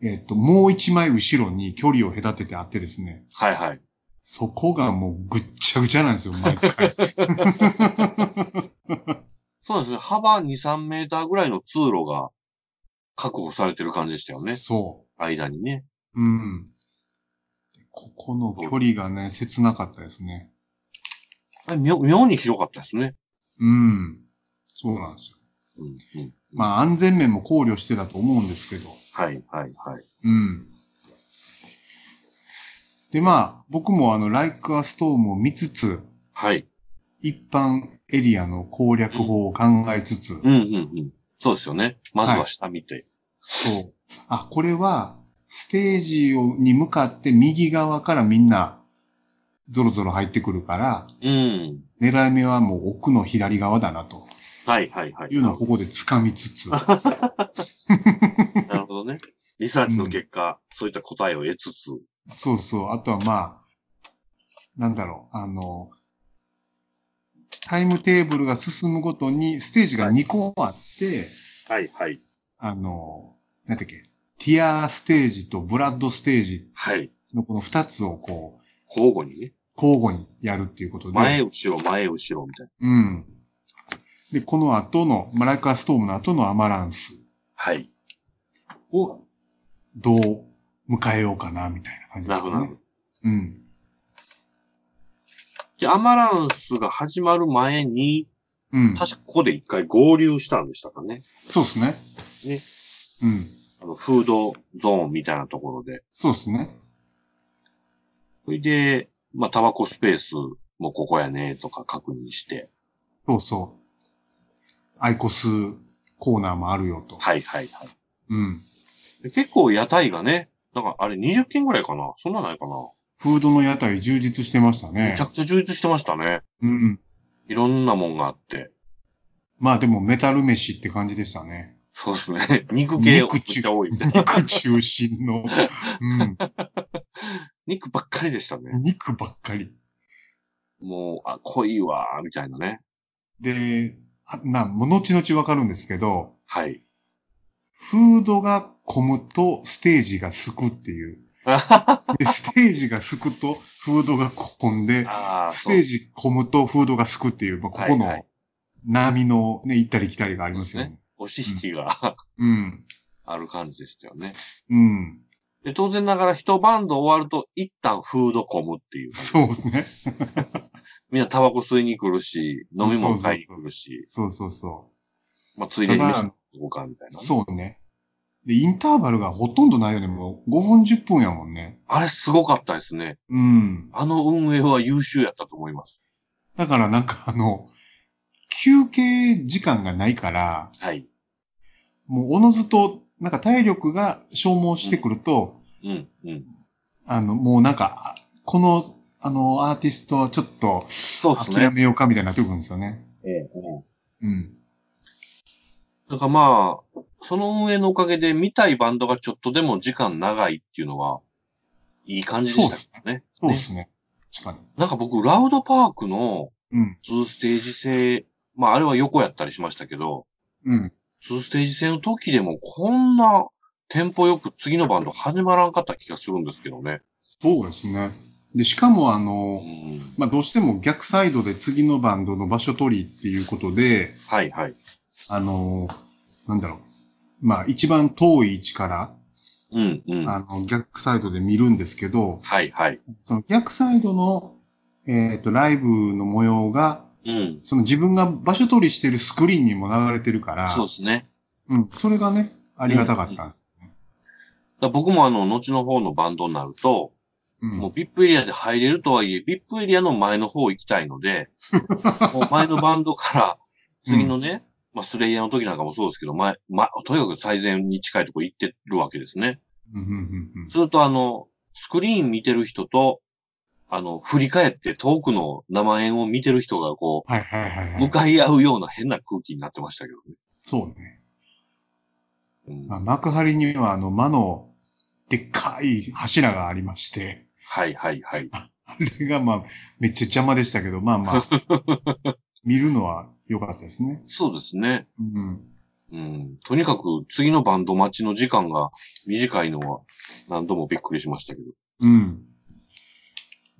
Speaker 2: えっと、もう一枚後ろに距離を隔ててあってですね、
Speaker 1: はいはい。
Speaker 2: そこがもうぐっちゃぐちゃなんですよ、毎回。
Speaker 1: そうなんですね。幅2、3メーターぐらいの通路が確保されてる感じでしたよね。
Speaker 2: そ
Speaker 1: 間にね。
Speaker 2: う。うん。ここの距離がね、切なかったですね。
Speaker 1: あれ妙妙に広かったですね。
Speaker 2: うん。そうなんですよ。
Speaker 1: うんうん、あ。
Speaker 2: まあ、安全面も考慮してだと思うんですけど。
Speaker 1: はい、はい、はい。
Speaker 2: うん。で、まあ、僕もあの、Like a Storm を見つつ、
Speaker 1: はい。
Speaker 2: 一般エリアの攻略法を考えつつ、
Speaker 1: うん、うん、うん。そうですよね。まずは下見て。
Speaker 2: そう。あ、これは、ステージをに向かって右側からみんな、ゾロゾロ入ってくるから、
Speaker 1: うん。
Speaker 2: 狙い目はもう奥の左側だな、と
Speaker 1: はい、はい、はい。
Speaker 2: いうのをここで掴みつつ、
Speaker 1: なるほどね。リサーチの結果、そういった答えを得つつ。
Speaker 2: そうそう。あとはまあ、なんだろう、あの、タイムテーブルが進むごとに、ステージが2個あって、
Speaker 1: はい、はい。
Speaker 2: あの、なんだっけ、ティアーステージとブラッドステージ
Speaker 1: はい。
Speaker 2: のこの2つをこう、
Speaker 1: 交互にね。
Speaker 2: 交互にやるっていうことで、
Speaker 1: 前、後ろ、前、後ろ、みたいな。
Speaker 2: うん。で、この後の、マラカストームの後のアマランス
Speaker 1: はい。
Speaker 2: を、どう迎えようかな、みたいな感じで
Speaker 1: な
Speaker 2: す
Speaker 1: るほど、
Speaker 2: か
Speaker 1: なる
Speaker 2: ね
Speaker 1: ほ。ど。
Speaker 2: うん。
Speaker 1: で、アマランスが始まる前に、
Speaker 2: うん。
Speaker 1: 確かここで一回合流したんでしたかね。
Speaker 2: そうですね。
Speaker 1: ね。
Speaker 2: うん。
Speaker 1: あの、フードゾーンみたいなところで。
Speaker 2: そうですね。
Speaker 1: それで、まあ、タバコスペースもここやね、とか確認して。
Speaker 2: そうそう。アイコスコーナーもあるよと。
Speaker 1: はい、はい、はい。
Speaker 2: うん。
Speaker 1: で結構屋台がね、なんかあれ20件ぐらいかなそんなないかな、
Speaker 2: フードの屋台充実してましたね
Speaker 1: めちゃ。くちゃ充実してましたね。
Speaker 2: うん。
Speaker 1: いろんなもんがあって。
Speaker 2: まあでもメタル飯って感じでし たね。
Speaker 1: そうですね。肉系をめっちゃ多いみたいな。
Speaker 2: 肉中心の、
Speaker 1: 肉ばっかりでした
Speaker 2: う
Speaker 1: ね。
Speaker 2: ん。肉ばっかり。
Speaker 1: もう、あ、濃いわー、みたいなね。
Speaker 2: で、あな、もう後々わかるんですけど、
Speaker 1: はい。
Speaker 2: フードが混むとステージがすくっ ていう。で、ステージがすくとフードが混んで、
Speaker 1: ああ、
Speaker 2: ス
Speaker 1: そう
Speaker 2: テー。ジ混むとフードがすくっていう、まあ、ここ
Speaker 1: はいはい
Speaker 2: の波のね、行ったり来たりがありますよね。
Speaker 1: 押し引きが
Speaker 2: うん。
Speaker 1: ある感じでしたよね。
Speaker 2: うん。
Speaker 1: で、当然ながら一バンド終わると一旦フード混むっていう。
Speaker 2: そうですね。
Speaker 1: みんなタバコ吸いに来るし、飲み物買いに来るし、
Speaker 2: そうそうそ
Speaker 1: まあ、ついでに
Speaker 2: ただ。
Speaker 1: 飯とかみたいうな。
Speaker 2: そうね。で、インターバルがほとんどないよね。もう5分10分やもんね。
Speaker 1: あれすごかったですね。
Speaker 2: うん。
Speaker 1: あの運営は優秀やったと思います。
Speaker 2: だからなんかあの、休憩時間がないから、
Speaker 1: はい。
Speaker 2: もうおのずと、なんか体力が消耗してくると、
Speaker 1: うん、うん。
Speaker 2: あの、もうなんか、この、あの、アーティストはちょっと
Speaker 1: そうです
Speaker 2: 諦
Speaker 1: ね。
Speaker 2: めようかみたいになってくるんですよね。
Speaker 1: ええうん
Speaker 2: うん。
Speaker 1: だからまあ、その運営のおかげで見たいバンドがちょっとでも時間長いっていうのは、いい感じでしたけどね。
Speaker 2: そうですね。確か
Speaker 1: なんか僕、ラウドパークの
Speaker 2: に。うん。
Speaker 1: 2ステージ制、まああれは横やったりしましたけど、
Speaker 2: うん。
Speaker 1: 2ステージ制の時でもこんなテンポよく次のバンド始まらんかった気がするんですけどね。
Speaker 2: そうですね。で、しかもあ
Speaker 1: う
Speaker 2: の、
Speaker 1: ん。
Speaker 2: まあ、どうしても逆サイドで次のバンドの場所取りっていうことで、
Speaker 1: はいはい。
Speaker 2: あの、なんだろう。まあ、一番遠い位置から、
Speaker 1: うんうん。は
Speaker 2: あの、逆サイドで見るんですけど、
Speaker 1: いはい。
Speaker 2: その逆サイドの、えっ、と、ライブの模様が、
Speaker 1: うん。
Speaker 2: その自分が場所取りしてるスクリーンにも流れてるから、
Speaker 1: そうですね。
Speaker 2: うん、それがね、ありがたかったんです。
Speaker 1: だから僕もあの、後の方のバンドになると、
Speaker 2: うん。
Speaker 1: もう VIP エリアで入れるとはいえ、VIP エリアの前の方行きたいので、もう前のバンドから、次のね、まあ、スレイヤーの時なんかもそうですけど、前、ま、とにかく最前に近いとこ行ってるわけですね。
Speaker 2: うん、うん、うん
Speaker 1: すると、あの、スクリーン見てる人と、あの、振り返って遠くの生演を見てる人がこ
Speaker 2: はいはいはい、
Speaker 1: う、
Speaker 2: はい
Speaker 1: 向。かい合うような変な空気になってましたけど
Speaker 2: そうね。
Speaker 1: ね。うん
Speaker 2: まあ、幕張には、あの、魔の、でっかい柱がありまして、
Speaker 1: はいはいはい。
Speaker 2: あれがまあ、めっちゃ邪魔でしたけど、まあま あ、見るのは良かったですね。
Speaker 1: そうですね。
Speaker 2: うん。
Speaker 1: うん。とにかく次のバンド待ちの時間が短いのは何度もびっくりしましたけど。
Speaker 2: うん。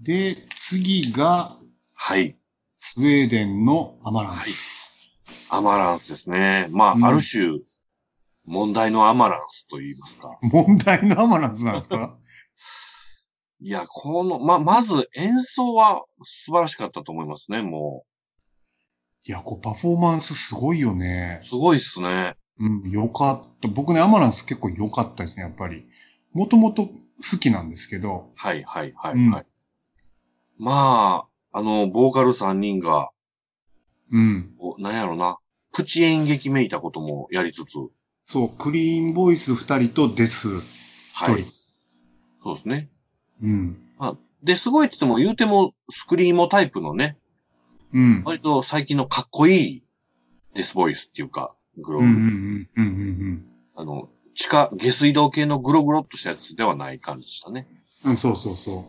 Speaker 2: で、次が、
Speaker 1: はい。
Speaker 2: スウェーデンのアマラン
Speaker 1: はい
Speaker 2: ス。
Speaker 1: アマランスですね。まあ、
Speaker 2: うん
Speaker 1: ある種、問題のアマランスと言いますか。
Speaker 2: 問題のアマランスなんですか
Speaker 1: いや、この、ま、まず演奏は素晴らしかったと思いますね、も
Speaker 2: いや、こうパフォーマンスすごいよね
Speaker 1: う。。すごいっすね。
Speaker 2: うん、よかった。僕ね、アマランス結構良かったですね、やっぱり。もともと好きなんですけど、
Speaker 1: はい、はい、はい、
Speaker 2: うん
Speaker 1: はい。まあ、あの、ボーカル3人が、
Speaker 2: うん。
Speaker 1: おなんやろな、プチ演劇めいたこともやりつつ、
Speaker 2: そう、クリーンボイス二人とデス一人。
Speaker 1: はい。そうですね。
Speaker 2: うん。
Speaker 1: で、すごいって言っても、言うても、スクリーモタイプのね、
Speaker 2: うん。
Speaker 1: 割と最近のかっこいいデスボイスっていうか、グロ
Speaker 2: うんう
Speaker 1: グ、
Speaker 2: んうんうんうん
Speaker 1: あの、地下、下水道系のグログロっとしたやつではない感じでしたね。
Speaker 2: うん。うん、そうそうそ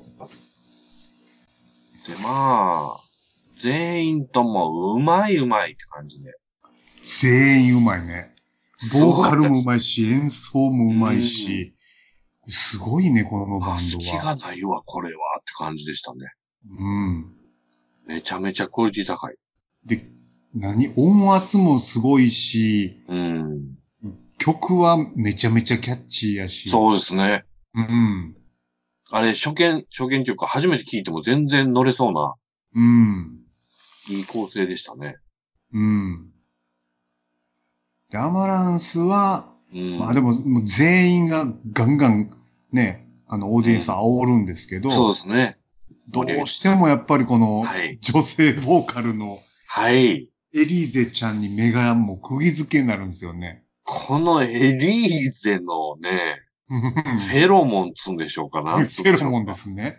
Speaker 1: で、まあ、全員ともうまいうまいって感じで。
Speaker 2: う。全員うまいね。ボーカルもう
Speaker 1: い。
Speaker 2: まいし、演奏もうまいし、すごいね、このバ
Speaker 1: あ
Speaker 2: ン
Speaker 1: 隙
Speaker 2: ドは。
Speaker 1: がないわ、これはって感じでしたね。
Speaker 2: うん。
Speaker 1: めちゃめちゃクオリティ高い。
Speaker 2: で、何音圧もすごいし、
Speaker 1: うん。
Speaker 2: 曲はめちゃめちゃキャッチーやし。う。
Speaker 1: そうですね。
Speaker 2: うん。
Speaker 1: あれ、初見、初見というか、初めて聞いても全然乗れそうな、
Speaker 2: うん。
Speaker 1: いい構成でしたね。
Speaker 2: うん。で、アマランスは、
Speaker 1: うん。
Speaker 2: まあでも、もう全員がガンガンね、あの、オーディエンスを煽るんですけど、
Speaker 1: そうですね。
Speaker 2: どうしてもやっぱりこの、
Speaker 1: はい。
Speaker 2: 女性ボーカルの
Speaker 1: はい。
Speaker 2: エリーゼちゃんに目がもう釘付けになるんですよね。
Speaker 1: このエリーゼのね、 フェロモンっつうんでしょうかな。
Speaker 2: フェロモンで
Speaker 1: つ
Speaker 2: すね。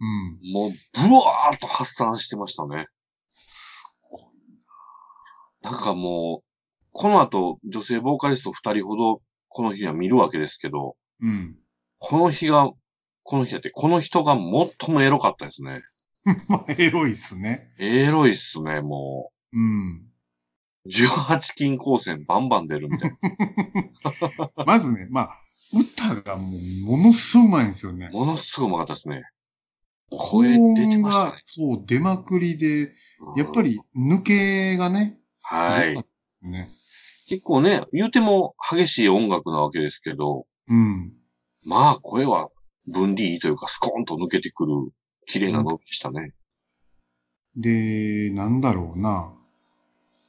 Speaker 2: うん。
Speaker 1: うんでしょうか。もう、ブワーっと発散してましたね。なんかもう、この後、女性ボーカリスト二人ほど、この日は見るわけですけど、
Speaker 2: うん。
Speaker 1: この日が、この日だって、この人が最もエロかったですね。
Speaker 2: まあ、エロいっすね。
Speaker 1: エロいっすね、も
Speaker 2: うん。
Speaker 1: う。18金光線バンバン出るみたいな。
Speaker 2: まずね、まあ、歌がもう、ものすごいうまいんですよ ね。
Speaker 1: ものすごいうまかったですね。声出てましたね。
Speaker 2: 高音がそう、出まくりで、
Speaker 1: うん
Speaker 2: やっぱ。り抜けがね、
Speaker 1: は
Speaker 2: すご
Speaker 1: い
Speaker 2: かっ。たですね。
Speaker 1: 結構ね、言うても激しい音楽なわけですけど、
Speaker 2: うん。
Speaker 1: まあ声は分離というかスコーンと抜けてくる綺麗な伸びでしたね。
Speaker 2: で、なんだろうな。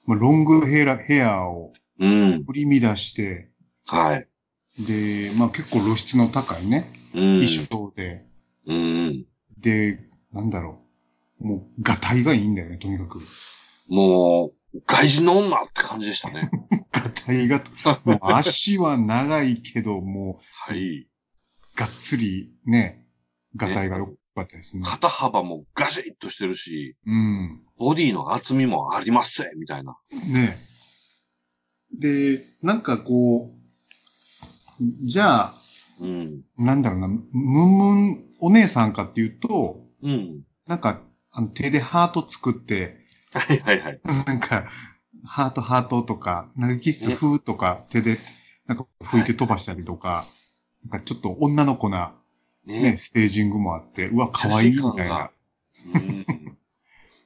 Speaker 2: まあ、ロングヘラヘアを
Speaker 1: うん。
Speaker 2: 振り乱して、
Speaker 1: はい。
Speaker 2: で、まあ結構露出の高いね、
Speaker 1: うん。
Speaker 2: 衣装で、
Speaker 1: うん。
Speaker 2: で、なんだろう。もう、がたいがいいんだよね、とにかく。
Speaker 1: もう、外人の女って感じでしたね。
Speaker 2: がた いが、もう足は長いけど、も
Speaker 1: はい。
Speaker 2: う、がっつりね、がたいが良かったですね。
Speaker 1: 肩幅もガシッとしてるし、
Speaker 2: うん。
Speaker 1: ボディの厚みもありますぜみたいな。
Speaker 2: ねえ。で、なんかこう、じゃあ、
Speaker 1: うん。
Speaker 2: なんだろうな、ムンムンお姉さんかっていうと、
Speaker 1: うん。
Speaker 2: なんか、あの手でハート作って、
Speaker 1: はいはいはい。
Speaker 2: なんか、ハートハートとか、なんかキス風とか手で、なんか吹いて飛ばしたりとか、なんかちょっと女の子な、ね、
Speaker 1: ね。
Speaker 2: ステージングもあって、うわ、可愛い
Speaker 1: 女子感
Speaker 2: みたいな
Speaker 1: が。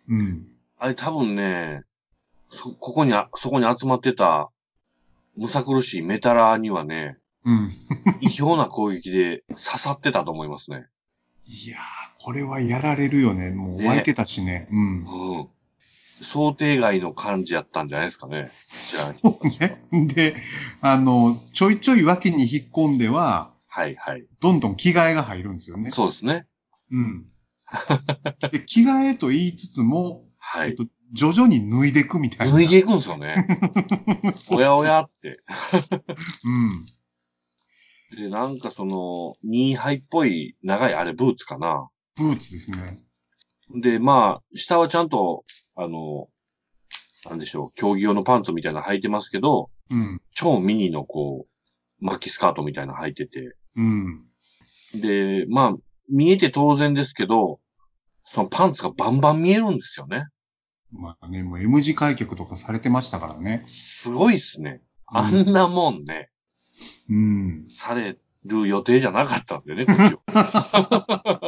Speaker 1: うん。
Speaker 2: うん。
Speaker 1: あれ多分ね、そ、ここにあ、そこに集まってた、むさ苦しいメタラーにはね、
Speaker 2: うん。
Speaker 1: 異常な攻撃で刺さってたと思いますね。
Speaker 2: いやー、これはやられるよね。もう湧いてたしね。うん。
Speaker 1: うん。想定外の感じやったんじゃないですかね。じゃ
Speaker 2: そうね。で、あの、ちょいちょい脇に引っ込んでは、
Speaker 1: はいはい。
Speaker 2: どんどん着替えが入るんですよね。
Speaker 1: そうですね。
Speaker 2: うん。で着替えと言いつつも、
Speaker 1: は
Speaker 2: えっ
Speaker 1: い。
Speaker 2: と、徐々に脱いでいくみたいな。
Speaker 1: 脱いでいくんですよ ね。おやおやって。で、なんかその、ニーハイっぽい長いあれブーツかな。
Speaker 2: うん。ブーツですね。
Speaker 1: で、まあ、下はちゃんと、あの、なんでしょう、競技用のパンツみたいなの履いてますけど、
Speaker 2: うん。
Speaker 1: 超ミニのこう、巻きスカートみたいなの履いてて、
Speaker 2: うん。
Speaker 1: で、まあ、見えて当然ですけど、そのパンツがバンバン見えるんですよね。
Speaker 2: まあね、もう M 字開脚とかされてましたからね。
Speaker 1: すごいっすね。あ
Speaker 2: うん
Speaker 1: なもんね、
Speaker 2: ん。
Speaker 1: される予定じゃなかったんでね、こっちは。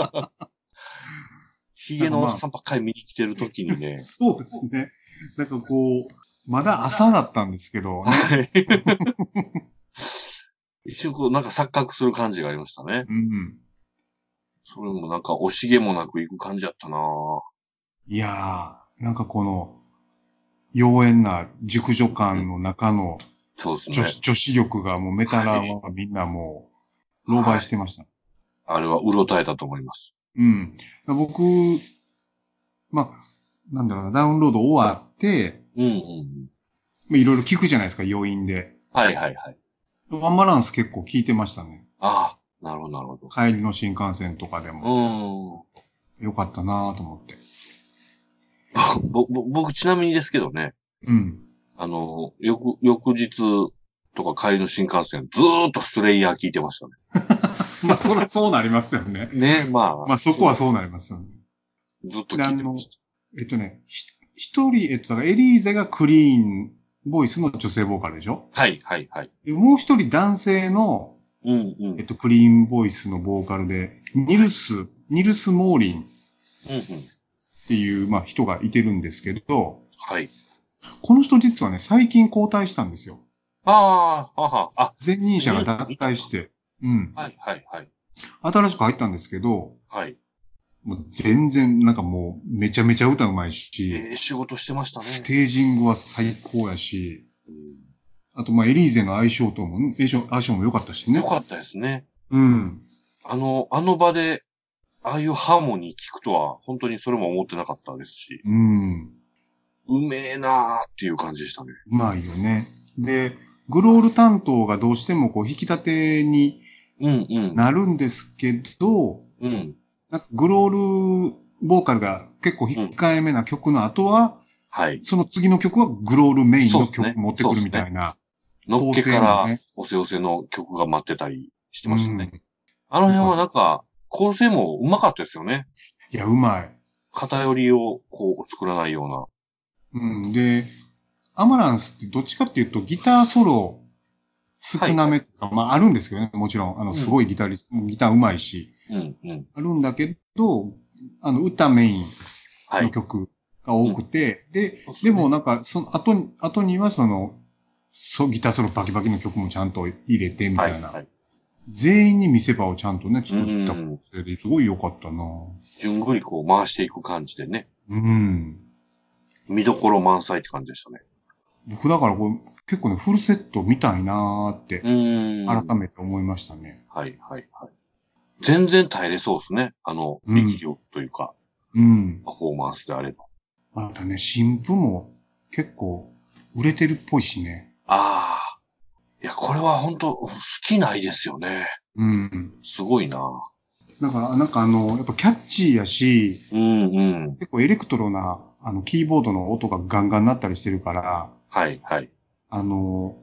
Speaker 1: ヒゲのおっさんばっかり見に来てる時にね、
Speaker 2: そうですね。なんかこう、まだ朝だったんですけど、ね、
Speaker 1: 一瞬こうなんか錯覚する感じがありましたね。
Speaker 2: うん。
Speaker 1: それもなんか惜しげもなく行く感じやったなぁ
Speaker 2: いやー、なんかこの、妖艶な熟女感の中の
Speaker 1: そうです
Speaker 2: 女,、
Speaker 1: ね。
Speaker 2: 子女子力がもうメタラはみんなもう、狼狽してました。
Speaker 1: あれはうろたえたと思います。
Speaker 2: うん。僕、まあ、なんだろうな、ダウンロード終わって、
Speaker 1: うんうんうん。
Speaker 2: まあいろいろ聞くじゃないですか、要因で。
Speaker 1: はいはいはい。
Speaker 2: ワンマランス結構聞いてましたね。
Speaker 1: ああ、なるほどなるほど。
Speaker 2: 帰りの新幹線とかでも。
Speaker 1: う
Speaker 2: よかったなぁと思って。
Speaker 1: ーん。ぼ、ぼ、僕ちなみにですけどね、
Speaker 2: うん。
Speaker 1: あの、翌、翌日とか帰りの新幹線、ずーっとスレイヤー聞いてましたね。
Speaker 2: まあ、そらそうなりますよね。
Speaker 1: ね、まあ。
Speaker 2: まあ、そこはそうなりますよね。
Speaker 1: ずっと聞いてました。
Speaker 2: えっとね、ひ一人、えっと、だからエリーゼがクリーンボイスの女性ボーカルでしょ
Speaker 1: はいはいはい。
Speaker 2: でもう一人男性の、
Speaker 1: うんうん。うんうん
Speaker 2: えっと、クリーンボイスのボーカルで、ニルス、ニルス・モーリンっていう、まあ、人がいてるんですけど、
Speaker 1: はい。
Speaker 2: この人実はね、最近交代したんですよ。
Speaker 1: ああ、はは、あ、
Speaker 2: 前任者が脱退して、うん。
Speaker 1: はいはいはい。
Speaker 2: 新しく入ったんですけど、
Speaker 1: はい。
Speaker 2: もう全然、なんかもう、めちゃめちゃ歌うまい
Speaker 1: え
Speaker 2: し、
Speaker 1: え仕事してましたね。
Speaker 2: ステージングは最高やし、
Speaker 1: うん
Speaker 2: あと、まあ、エリーゼの相性とも、うん相性相性も良かったしね
Speaker 1: よ。かったですね。
Speaker 2: うん。
Speaker 1: あの、あの場で、ああいうハーモニー聞くとは、本当にそれも思ってなかったですし、
Speaker 2: うん。
Speaker 1: うめえなーっていう感じでしたね。
Speaker 2: うまいよね。で、グロール担当がどうしてもこう、引き立てに
Speaker 1: うんうん。
Speaker 2: なるんですけど、
Speaker 1: うん。
Speaker 2: なんかグロールボーカルが結構控えめな曲の後は、
Speaker 1: はい。
Speaker 2: その次の曲はグロールメイン
Speaker 1: そう
Speaker 2: の
Speaker 1: っすね
Speaker 2: 曲持ってくるみたいな。
Speaker 1: のっけか
Speaker 2: 構成も
Speaker 1: ら
Speaker 2: ね、
Speaker 1: おせおせの曲が待ってたりしてましたね。
Speaker 2: うん
Speaker 1: あの辺はなんか、構成もうまかったですよね。
Speaker 2: いや、うまい。
Speaker 1: 偏りをこう作らないような。
Speaker 2: うん。で、アマランスってどっちかっていうとギターソロ少なめ、まああるんですけどね、もちろん。あ
Speaker 1: うん
Speaker 2: の、すごいギタリスト、ギターうまいし、
Speaker 1: うんうん。
Speaker 2: あるんだけど、あの、歌メイン
Speaker 1: は
Speaker 2: の
Speaker 1: い。
Speaker 2: 曲が多くて、で、
Speaker 1: そうっすね
Speaker 2: でも、なんか、その後に、後にはその、そう、ギターソロバキバキの曲もちゃんと入れてみた
Speaker 1: はいい、
Speaker 2: な。
Speaker 1: はい。
Speaker 2: 全員に見せ場をちゃんとね、
Speaker 1: う
Speaker 2: 作った構
Speaker 1: ん。
Speaker 2: 成ですごい良かったな
Speaker 1: じゅんぐりこう回していく感じでね。
Speaker 2: うん。
Speaker 1: 見どころ満載って感じでしたね。
Speaker 2: 僕だからこれ結構ね、フルセット見たいなーって
Speaker 1: う、ーん。
Speaker 2: 改めて思いましたね。
Speaker 1: はいはいはい。全然耐えれそうですね。あの、
Speaker 2: うん
Speaker 1: 力量というか、
Speaker 2: うん。
Speaker 1: パフォーマンスであれば。
Speaker 2: またね、新譜も結構売れてるっぽいしね。
Speaker 1: ああ。いや、これは本当好きないですよね。
Speaker 2: うん。
Speaker 1: すごいな。
Speaker 2: だから、なんかあの、やっぱキャッチーやし、
Speaker 1: うんうん。
Speaker 2: 結構エレクトロな、あの、キーボードの音がガンガンなったりしてるから、
Speaker 1: はいはい。
Speaker 2: あの、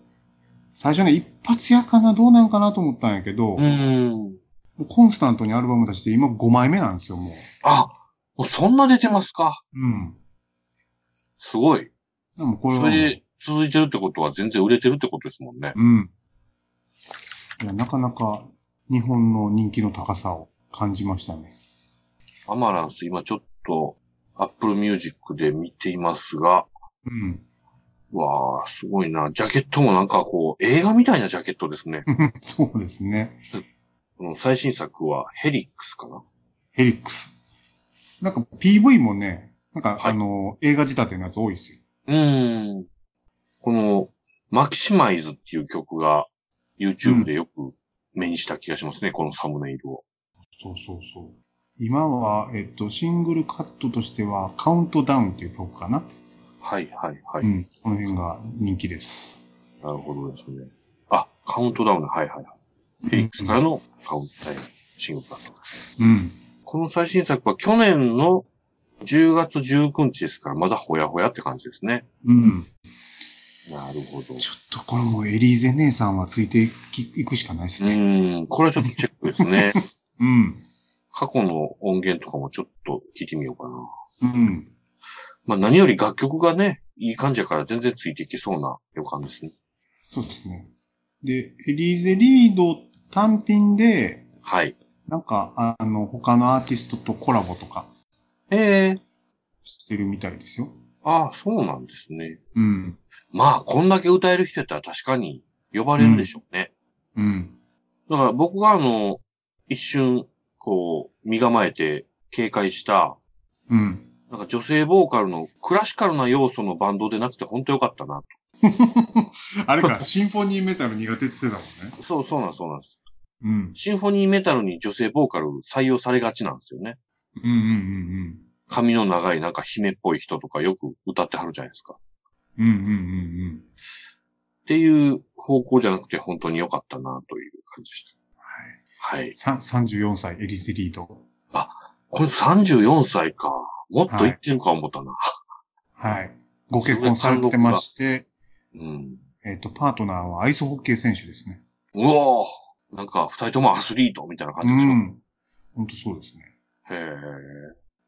Speaker 2: 最初ね、一発屋かな、どうなんかなと思ったんやけど、
Speaker 1: うーん。
Speaker 2: もうコンスタントにアルバム出して、今5枚目なんですよ、もう。
Speaker 1: あ、もうそんな出てますか。
Speaker 2: うん。
Speaker 1: すごい。
Speaker 2: でもこれは
Speaker 1: そ
Speaker 2: もう、
Speaker 1: れで続いてるってことは全然売れてるってことですもんね。
Speaker 2: うん。いや、なかなか日本の人気の高さを感じましたね。
Speaker 1: アマランス、今ちょっと、アップルミュージックで見ていますが、うわあ、すごいな。ジャケットもなんかこう、映画みたいなジャケットですね。
Speaker 2: うん。 そうですね。
Speaker 1: この最新作はヘリックスかな。
Speaker 2: ヘリックス。なんか PV もね、なんか、
Speaker 1: はい
Speaker 2: あの、映画仕立てのやつ多いですよ。
Speaker 1: うーん。この、マキシマイズっていう曲が、YouTube でよく目にした気がしますね、このサムネイルを。
Speaker 2: そうそうそう。今は、えっと、シングルカットとしては、カウントダウンっていう曲かな。
Speaker 1: はいはいはい。
Speaker 2: う。
Speaker 1: なん
Speaker 2: この辺が人気です。
Speaker 1: るほどですね。あ、カウントダウンだはいはいはい。ヘリックスからのカウントダウン、シングルだと。
Speaker 2: うん。
Speaker 1: この最新作は去年の10月19日ですから、まだほやほやって感じですね。
Speaker 2: うん。
Speaker 1: なるほど。
Speaker 2: ちょっとこれもうエリーゼ姉さんはついていきいくしかないです
Speaker 1: う
Speaker 2: ね。
Speaker 1: ーん、これはちょっとチェックですね。
Speaker 2: うん。
Speaker 1: 過去の音源とかもちょっと聞いてみようかな。
Speaker 2: うん。
Speaker 1: まあ何より楽曲がね、いい感じやから全然ついていきそうな予感ですね。
Speaker 2: そうですね。で、エリーゼリード単品で、
Speaker 1: はい。
Speaker 2: なんか、あの、他のアーティストとコラボとか
Speaker 1: ええ
Speaker 2: してるみたいですよ。
Speaker 1: ああ、そうなんですね。
Speaker 2: うん。
Speaker 1: まあ、こんだけ歌える人やったら確かに呼ばれるでしょうね。
Speaker 2: うん。
Speaker 1: だから僕があの、一瞬、こう、身構えて警戒した、
Speaker 2: うん。
Speaker 1: なんか女性ボーカルのクラシカルな要素のバンドでなくて本当よかったな。
Speaker 2: あ れか、シンフォニーメタル苦手って言ってたもんね。
Speaker 1: そう、そうなんです、そうなんです。
Speaker 2: うん。
Speaker 1: シンフォニーメタルに女性ボーカル採用されがちなんですよね。
Speaker 2: うんうん
Speaker 1: 髪の長いなんか姫っぽい人とかよく歌ってはるじゃないですか。
Speaker 2: うんうん。うんうんうんうん。
Speaker 1: っていう方向じゃなくて本当に良かったなという感じでした。
Speaker 2: は
Speaker 1: はい
Speaker 2: い。。さ34歳、エリゼリート。
Speaker 1: これ34歳か。もっといってるか思ったな。
Speaker 2: はい。ご結婚されてまして、
Speaker 1: うん。
Speaker 2: えっ、と、パートナーはアイスホッケー選手ですね。
Speaker 1: うおーなんか二人ともアスリートみたいな感
Speaker 2: う
Speaker 1: じでしょ。
Speaker 2: ん。本当そうですね。
Speaker 1: へ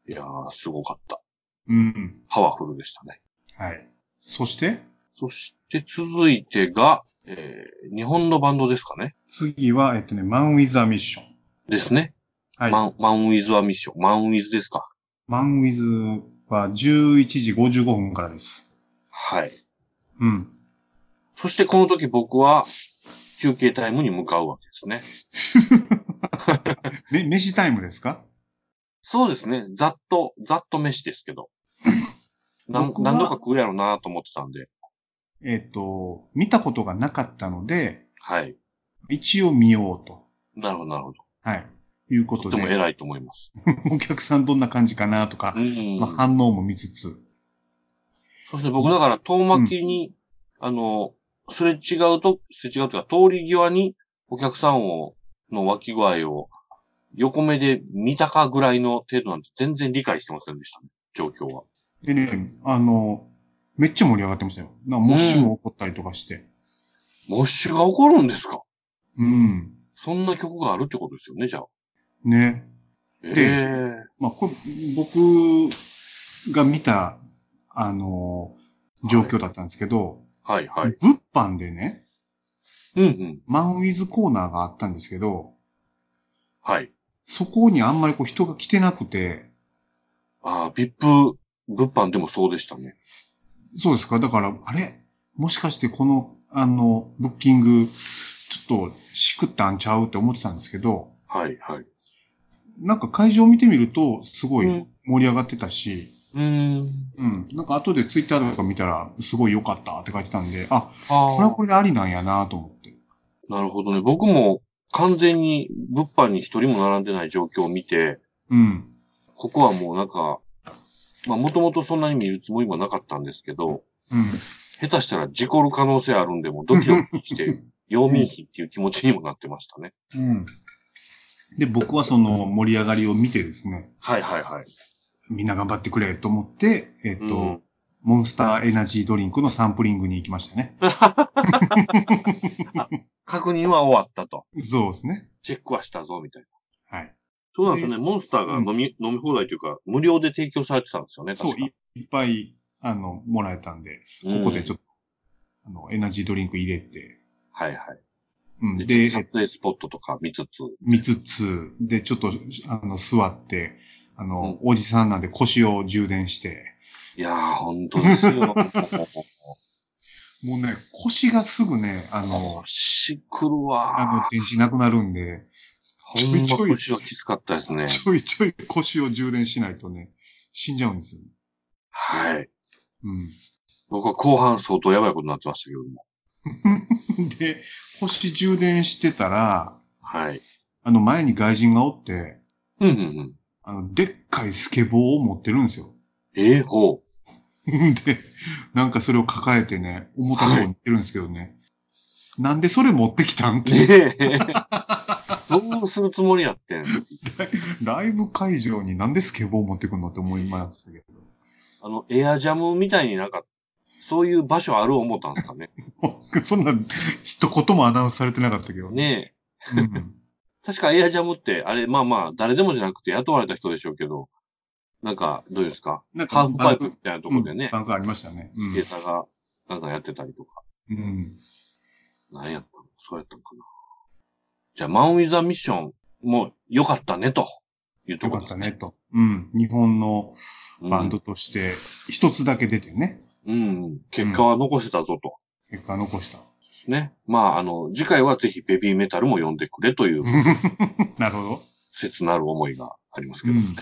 Speaker 1: え。いやー、すごかった。
Speaker 2: うん。
Speaker 1: パワフルでしたね。
Speaker 2: はい。そして、
Speaker 1: そして続いてが、えー、日本のバンドですかね。
Speaker 2: 次は、えっ、とね、マン・ウィザー・ミッション。
Speaker 1: ですね。
Speaker 2: はい。
Speaker 1: マン、マンウィズはミッション。マンウィズですか。
Speaker 2: マンウィズは11時55分からです。
Speaker 1: はい。
Speaker 2: うん。
Speaker 1: そしてこの時僕は休憩タイムに向かうわけですね。
Speaker 2: め、飯タイムですか
Speaker 1: そうですね。ざっと、ざっと飯ですけ ど。なん
Speaker 2: 僕は
Speaker 1: 何度か食うやろうなと思ってたんで。
Speaker 2: えっ、と、見たことがなかったので、
Speaker 1: はい。
Speaker 2: 一応見ようと。
Speaker 1: なるほど、なるほど。
Speaker 2: はい。いうことと
Speaker 1: ても
Speaker 2: で、
Speaker 1: 偉いと思います。
Speaker 2: お客さんどんな感じかなとか
Speaker 1: う、ん
Speaker 2: まあ、。反応も見つつ。
Speaker 1: そして僕だから遠巻きに、あの、すれ違うと、すれ違うというか、通り際にお客さんを、の湧き具合を横目で見たかぐらいの程度なんて全然理解してませんでしたね。状況は。
Speaker 2: でね、あの、めっちゃ盛り上がってましたよ。なんか、モッシュも起こったりとかして。
Speaker 1: モッシュが起こるんですか
Speaker 2: うん。
Speaker 1: そんな曲があるってことですよね、じゃあ。
Speaker 2: ね。
Speaker 1: え
Speaker 2: で
Speaker 1: え
Speaker 2: まあ、これ、僕が見た、あの、状況だったんですけど、
Speaker 1: はいはい。
Speaker 2: 物販でね、
Speaker 1: うんうん。
Speaker 2: マンウィズコーナーがあったんですけど、
Speaker 1: はい。
Speaker 2: そこにあんまりこう人が来てなくて、
Speaker 1: ああ、ビップ、物販でもそうでしたね。
Speaker 2: そうですかだから、あれもしかしてこの、あの、ブッキング、ちょっと、しくったんちゃうって思ってたんですけど、
Speaker 1: はいはい。
Speaker 2: なんか会場を見てみると、すご
Speaker 1: うん
Speaker 2: い盛り上がってたし、
Speaker 1: うーん。
Speaker 2: うん。なんか後でツイッターとか見たら、すごい良かったって書いてたんで、あ、これは
Speaker 1: あ
Speaker 2: これでありなんやなと思って。
Speaker 1: あ。なるほどね。僕も完全に物販に一人も並んでない状況を見て、
Speaker 2: うん。
Speaker 1: ここはもうなんか、まあもともとそんなに見るつもりもなかったんですけど、
Speaker 2: うん。
Speaker 1: 下手したら事故る可能性あるんで、もうドキドキ して、要民費っていう気持ちにもなってましたね。
Speaker 2: うん。で、僕はその盛り上がりを見てですね、
Speaker 1: はいはいはい。
Speaker 2: みんな頑張ってくれと思って、えっ、と、
Speaker 1: うん
Speaker 2: モンスターエナジードリンクのサンプリングに行きましたね。
Speaker 1: 確認は終わったと。
Speaker 2: そうですね。
Speaker 1: チェックはしたぞ、みたいな。
Speaker 2: はい。
Speaker 1: そうなんですよね。モンスターが飲み、飲み放題というか、無料で提供されてたんですよね、
Speaker 2: そう
Speaker 1: 確か。
Speaker 2: い、いっぱい、あの、もらえたんで、
Speaker 1: うん
Speaker 2: ここでちょっと、あの、エナジードリンク入れて、
Speaker 1: はいは
Speaker 2: うん、
Speaker 1: い。
Speaker 2: で、
Speaker 1: で、
Speaker 2: え
Speaker 1: 撮影スポットとか見つつ、
Speaker 2: 見つつ、で、ちょっと、あの、座って、あの、
Speaker 1: う
Speaker 2: おじさんなんで腰を充電して、
Speaker 1: いやー、本当です よ。
Speaker 2: もうね、腰がすぐね、あの、
Speaker 1: 腰くる
Speaker 2: あの
Speaker 1: わ、ー。
Speaker 2: 電池なくなるんで、
Speaker 1: ほんま腰はきつかったですね。
Speaker 2: ちょいちょい腰を充電しないとね、死んじゃうんですよ。
Speaker 1: はい。
Speaker 2: う
Speaker 1: 僕は後半相当やばいことになってましたけども。
Speaker 2: ん。で、腰充電してたら、
Speaker 1: はい。
Speaker 2: あの、前に外人がおって、
Speaker 1: うんうんうん。
Speaker 2: あの、でっかいスケボーを持ってるんですよ。
Speaker 1: ええほう。
Speaker 2: で、なんかそれを抱えてね、重たそうに言ってるんですけどね。なんでそれ持ってきたんって、
Speaker 1: ねえ。どうするつもりやってん。
Speaker 2: ライブ会場になんでスケボー持ってくんのって思いましたけど。
Speaker 1: あの、エアジャムみたいになんか、そういう場所ある思ったんですかね。
Speaker 2: そんな、一言もアナウンスされてなかったけ ど。
Speaker 1: ねえ。
Speaker 2: うん。
Speaker 1: 確かエアジャムって、あれ、まあまあ、誰でもじゃなくて雇われた人でしょうけど、なんか、どういうんですか
Speaker 2: なんか
Speaker 1: ハーフパイプみたいなところで
Speaker 2: うん
Speaker 1: ね、
Speaker 2: バンクありましたね。
Speaker 1: スケーターが、なんかやってたりとか。
Speaker 2: うん。うん。
Speaker 1: なんやったのそうやったんかな。じゃあ、マンウィザーミッションも良かったね、というと
Speaker 2: よ
Speaker 1: ころ
Speaker 2: かっ
Speaker 1: で
Speaker 2: た
Speaker 1: す
Speaker 2: ね、
Speaker 1: ね。
Speaker 2: と。うん。日本の
Speaker 1: うん
Speaker 2: バンドとして、一つだけ出てね、
Speaker 1: うん、結果は残せたぞ、と。
Speaker 2: 結果残した。
Speaker 1: ですね。まあ、あの、次回はぜひベビーメタルも呼んでくれという
Speaker 2: なるほど。
Speaker 1: 切なる思いがありますけ
Speaker 2: う
Speaker 1: ど。
Speaker 2: ん。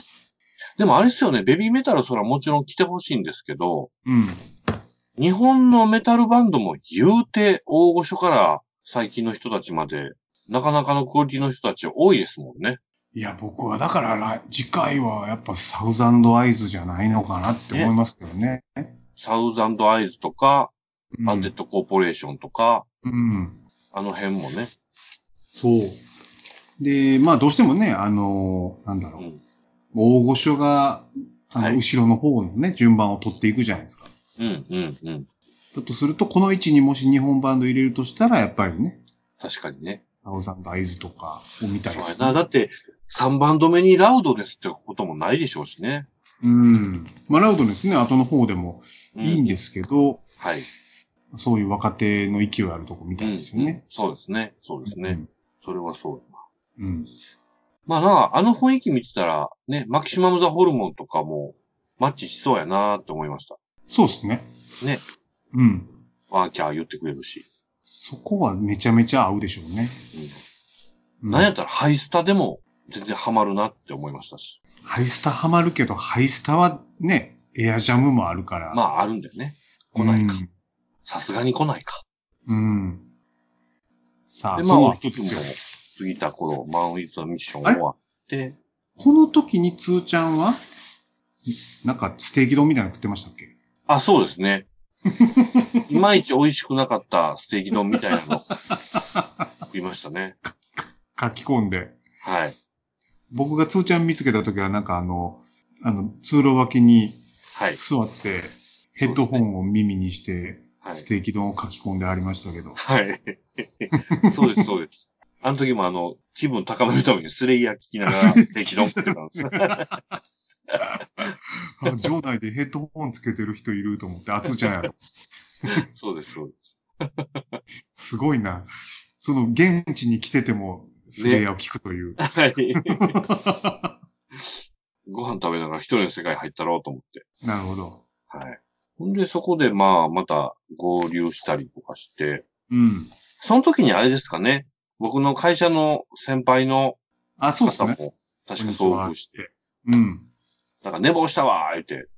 Speaker 1: でもあれですよね、ベビーメタルそらもちろん来てほしいんですけど、
Speaker 2: うん。
Speaker 1: 日本のメタルバンドも言うて大御所から最近の人たちまで、なかなかのクオリティの人たち多いですもんね。
Speaker 2: いや、僕はだから来、次回はやっぱサウザンドアイズじゃないのかなって思いますけどね。
Speaker 1: サウザンドアイズとか、
Speaker 2: うん
Speaker 1: アンデッドコーポレーションとか、
Speaker 2: うん。
Speaker 1: あの辺もね。
Speaker 2: そう。で、まあどうしてもね、あの、なんだろ
Speaker 1: う
Speaker 2: う。
Speaker 1: ん。
Speaker 2: 大御所が、あの、
Speaker 1: はい
Speaker 2: 後ろの方のね、順番を取っていくじゃないですか。
Speaker 1: うん、うん、うん。
Speaker 2: だとすると、この位置にもし日本バンド入れるとしたら、やっぱりね、
Speaker 1: 確かにね。
Speaker 2: アオさんと合図とかを見たい
Speaker 1: そう
Speaker 2: で
Speaker 1: や
Speaker 2: すね
Speaker 1: な。だって、3番止めにラウドですってこともないでしょうしね。
Speaker 2: うん。まあ、ラウドですね、後の方でも
Speaker 1: う
Speaker 2: いいんですけど、
Speaker 1: はい。
Speaker 2: そういう若手の勢いあるとこ見たいですよ
Speaker 1: うん
Speaker 2: ね。
Speaker 1: そうですね。そうですね。それはそう。
Speaker 2: うん。うん。
Speaker 1: まあなんか、あの雰囲気見てたら、ね、マキシマム・ザ・ホルモンとかも、マッチしそうやなって思いました。
Speaker 2: そうですね。
Speaker 1: ね。
Speaker 2: うん。
Speaker 1: ワーキャー言ってくれるし。
Speaker 2: そこはめちゃめちゃ合うでしょうね。
Speaker 1: う。
Speaker 2: うんん
Speaker 1: なんやったら、ハイスタでも、全然ハマるなって思いましたし。
Speaker 2: ハイスタハマるけど、ハイスタはね、エアジャムもあるから。
Speaker 1: ま
Speaker 2: あ、
Speaker 1: あ、あるんだよね。来ないか。さすがに来ないか。
Speaker 2: うん。うん。さあ、
Speaker 1: で、
Speaker 2: そ
Speaker 1: まあ、
Speaker 2: の
Speaker 1: も
Speaker 2: 一つよ。
Speaker 1: 過ぎた頃、マン・ウィズ・ミッション
Speaker 2: あれ
Speaker 1: 終わって、
Speaker 2: この時につーちゃんは、なんかステーキ丼みたいなの食ってましたっけ
Speaker 1: あ、そうですね。いまいち美味しくなかったステーキ丼みたいなの、食いましたね。
Speaker 2: 書き込んで。
Speaker 1: はい。
Speaker 2: 僕がつーちゃん見つけた時は、なんかあの、あの、通路脇に
Speaker 1: はい。
Speaker 2: 座って、ヘッドホンを耳にして、
Speaker 1: はい
Speaker 2: ス。テーキ丼を書き込んでありましたけど。
Speaker 1: はい。そうです、そうです。あの時もあの、気分高めるためにスレイヤー聞きながら、定期論ってたんです。
Speaker 2: あ場内でヘッドホンつけてる人いると思って、あ、つーちゃんや ろ。
Speaker 1: そうです、そうです。
Speaker 2: すごいな。その、現地に来てても、スレイヤーを聞くという。
Speaker 1: はい。ご飯食べながら一人の世界入ったろうと思って。
Speaker 2: なるほど。
Speaker 1: はい。ほんで、そこでまあ、また合流したりとかして、
Speaker 2: うん。
Speaker 1: その時にあれですかね、僕の会社の先輩の
Speaker 2: あ、そうです
Speaker 1: 方も
Speaker 2: ね。
Speaker 1: 確か遭遇して、
Speaker 2: うん。
Speaker 1: なんか寝坊したわー言 って、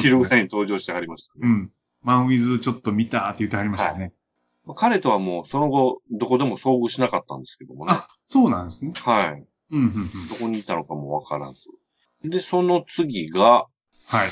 Speaker 1: 昼ぐらいに登場してはりましたね、
Speaker 2: うん。マンウィズちょっと見たって言ってありましたね。
Speaker 1: 彼とはもうその後、どこでも遭遇しなかったんですけどもね。
Speaker 2: あ、そうなんですね。
Speaker 1: はい。
Speaker 2: うん、うん、うん。
Speaker 1: どこにいたのかもわからず。で、その次が、
Speaker 2: はい。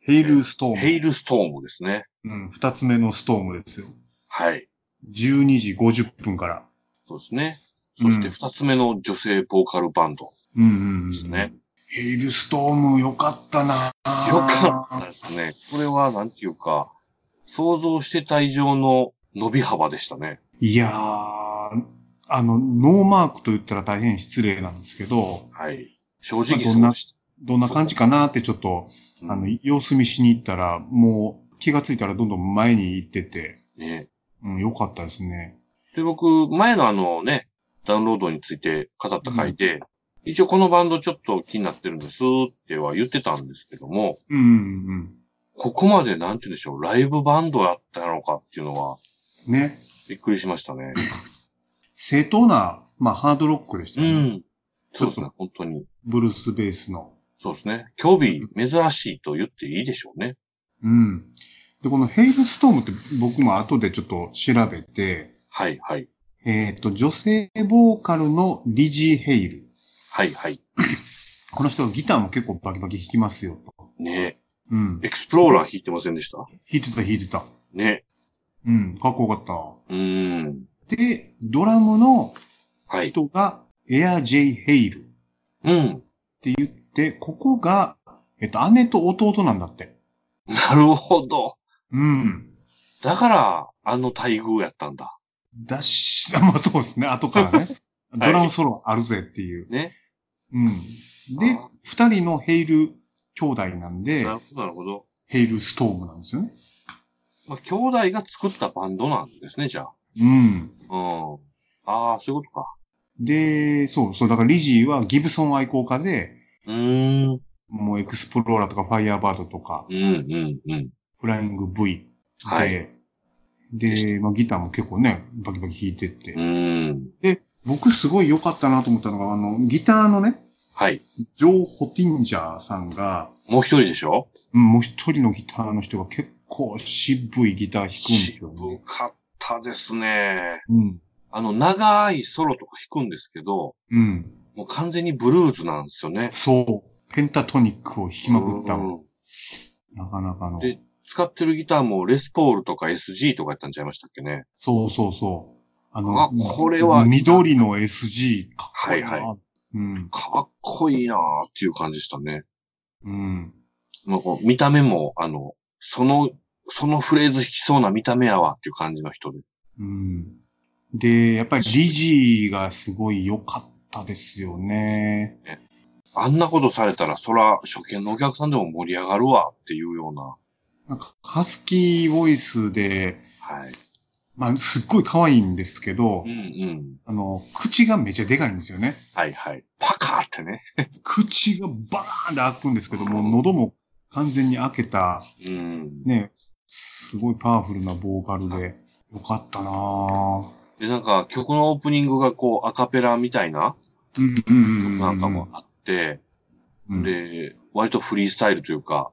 Speaker 2: ヘイルストーム。
Speaker 1: ヘイルストームですね。
Speaker 2: うん、二つ目のストームですよ。
Speaker 1: はい。
Speaker 2: 12時50分から。
Speaker 1: そうですね。
Speaker 2: う
Speaker 1: そ
Speaker 2: ん
Speaker 1: して二つ目の女性ボーカルバンド
Speaker 2: うんうん、うん。
Speaker 1: ですね。。
Speaker 2: ヘイルストームよかったなよ
Speaker 1: よかったですね。これは、なんていうか、想像してた以上の伸び幅でしたね。
Speaker 2: いやー、あの、ノーマークと言ったら大変失礼なんですけど、
Speaker 1: はい。正直そうでし
Speaker 2: どんな感じかなってちょっと、
Speaker 1: た。
Speaker 2: あ
Speaker 1: う
Speaker 2: の
Speaker 1: ん、
Speaker 2: 様子見しに行ったら、もう気がついたらどんどん前に行ってて、
Speaker 1: ね。
Speaker 2: うん、よかったですね。
Speaker 1: で、僕、前のあのね、ダウンロードについて語った回で、一応このバンドちょっと気になってるんですっては言ってたんですけども、
Speaker 2: うん、うん、
Speaker 1: ここまでなんて言うんでしょう、ライブバンドやったのかっていうのは、
Speaker 2: うん。ね。
Speaker 1: びっくりしましたね。
Speaker 2: 正当な、まあ、ハードロックでした
Speaker 1: う
Speaker 2: ね。
Speaker 1: ん。そうですね、本当に。
Speaker 2: ブルースベースの。
Speaker 1: そうですね。興味珍しいと言っていいでしょうね。
Speaker 2: うん。で、このヘイルストームって僕も後でちょっと調べて、
Speaker 1: はい、はい。
Speaker 2: えっ、と、女性ボーカルのリジー・ヘイル。
Speaker 1: はい、はい。
Speaker 2: この人はギターも結構バキバキ弾きますよと。
Speaker 1: ね
Speaker 2: うん
Speaker 1: エ。クスプローラー弾いてませんでした
Speaker 2: 弾いてた弾いてた。
Speaker 1: ね
Speaker 2: うん。かっこよかっ
Speaker 1: うーん。
Speaker 2: た。で、ドラムの
Speaker 1: はい。
Speaker 2: 人がエア・ジェイ・ヘイル。
Speaker 1: うん。
Speaker 2: で、ここが、えっと、姉と弟なんだって。
Speaker 1: なるほど。
Speaker 2: うん。
Speaker 1: だから、あの待遇やったんだ。
Speaker 2: だし、まあそうですね。後 からね。ドラムソロあるぜっていう。
Speaker 1: ね。
Speaker 2: うん。で
Speaker 1: あー、
Speaker 2: 二人のヘイル兄弟なんで
Speaker 1: な、るほど、なるほど。
Speaker 2: ヘイルストームなんですよね。
Speaker 1: まあ、兄弟が作ったバンドなんですね、じゃあ。
Speaker 2: う
Speaker 1: う
Speaker 2: ん。
Speaker 1: ん。ああ、そういうことか。
Speaker 2: で、そうそう、だからリジーはギブソン愛好家で、
Speaker 1: うーん。
Speaker 2: もうエクスプローラーとかファイヤーバードとか
Speaker 1: う、ん、うん、うん。
Speaker 2: フライング V で、
Speaker 1: はい。でし
Speaker 2: で、まあ、ギターも結構ね、バキバキ弾いてって。
Speaker 1: うーん。
Speaker 2: 僕すごい良かったなと思ったのが、あの、ギターのね、
Speaker 1: はい。
Speaker 2: ジョー・ホティンジャーさんが、
Speaker 1: もう一人でしょ
Speaker 2: うんもう一人のギターの人が結構渋いギター弾くんですよ
Speaker 1: 渋
Speaker 2: ね。
Speaker 1: かったですね。
Speaker 2: うん。
Speaker 1: あの、長いソロとか弾くんですけど、
Speaker 2: うん。
Speaker 1: もう完全にブルーズなんですよね。
Speaker 2: そう。ペンタトニックを弾きまくった。
Speaker 1: うん
Speaker 2: なかなかの。
Speaker 1: で使ってるギターもレスポールとか SG とかやったんちゃいましたっけね。
Speaker 2: そうそうそう。あ
Speaker 1: あこれは
Speaker 2: 緑の SG、かっこいいな。
Speaker 1: はいは
Speaker 2: うん。
Speaker 1: かっこいいなーっていう感じでしたね。
Speaker 2: うん。
Speaker 1: もうこう見た目も、あの、その、そのフレーズ弾きそうな見た目やわっていう感じの人で。
Speaker 2: うん。で、やっぱりリジーがすごい良かったですよね。
Speaker 1: あんなことされたら、そら、初見のお客さんでも盛り上がるわっていうような。
Speaker 2: なんか、ハスキーボイスで、
Speaker 1: はい。
Speaker 2: まあ、すっごい可愛いんですけど、
Speaker 1: うんうん。
Speaker 2: あの、口がめちゃでかいんですよね。
Speaker 1: はいはい。パカーってね。
Speaker 2: 口がバーンって開くんですけど、も
Speaker 1: う
Speaker 2: うん喉も完全に開けた、
Speaker 1: うん。
Speaker 2: ね、すごいパワフルなボーカルで、よかったなぁ。
Speaker 1: で、なんか、曲のオープニングがこう、アカペラみたいな
Speaker 2: うんうんうんう
Speaker 1: 曲
Speaker 2: ん。
Speaker 1: なんかもあって、
Speaker 2: うん、
Speaker 1: で、割とフリースタイルというか、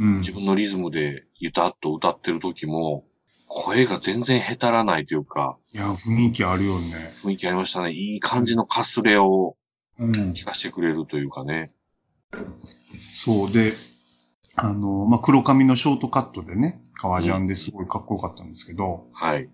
Speaker 2: うん、
Speaker 1: 自分のリズムでゆたっと歌ってる時も、声が全然へたらないというか、
Speaker 2: いや、雰囲気あるよね。
Speaker 1: 雰囲気ありましたね。いい感じのかすれを
Speaker 2: うん。
Speaker 1: 聞かせてくれるというかね。
Speaker 2: そうで、あの、まあ、黒髪のショートカットでね、革ジャンですごいかっこよかったんですけど、
Speaker 1: はい。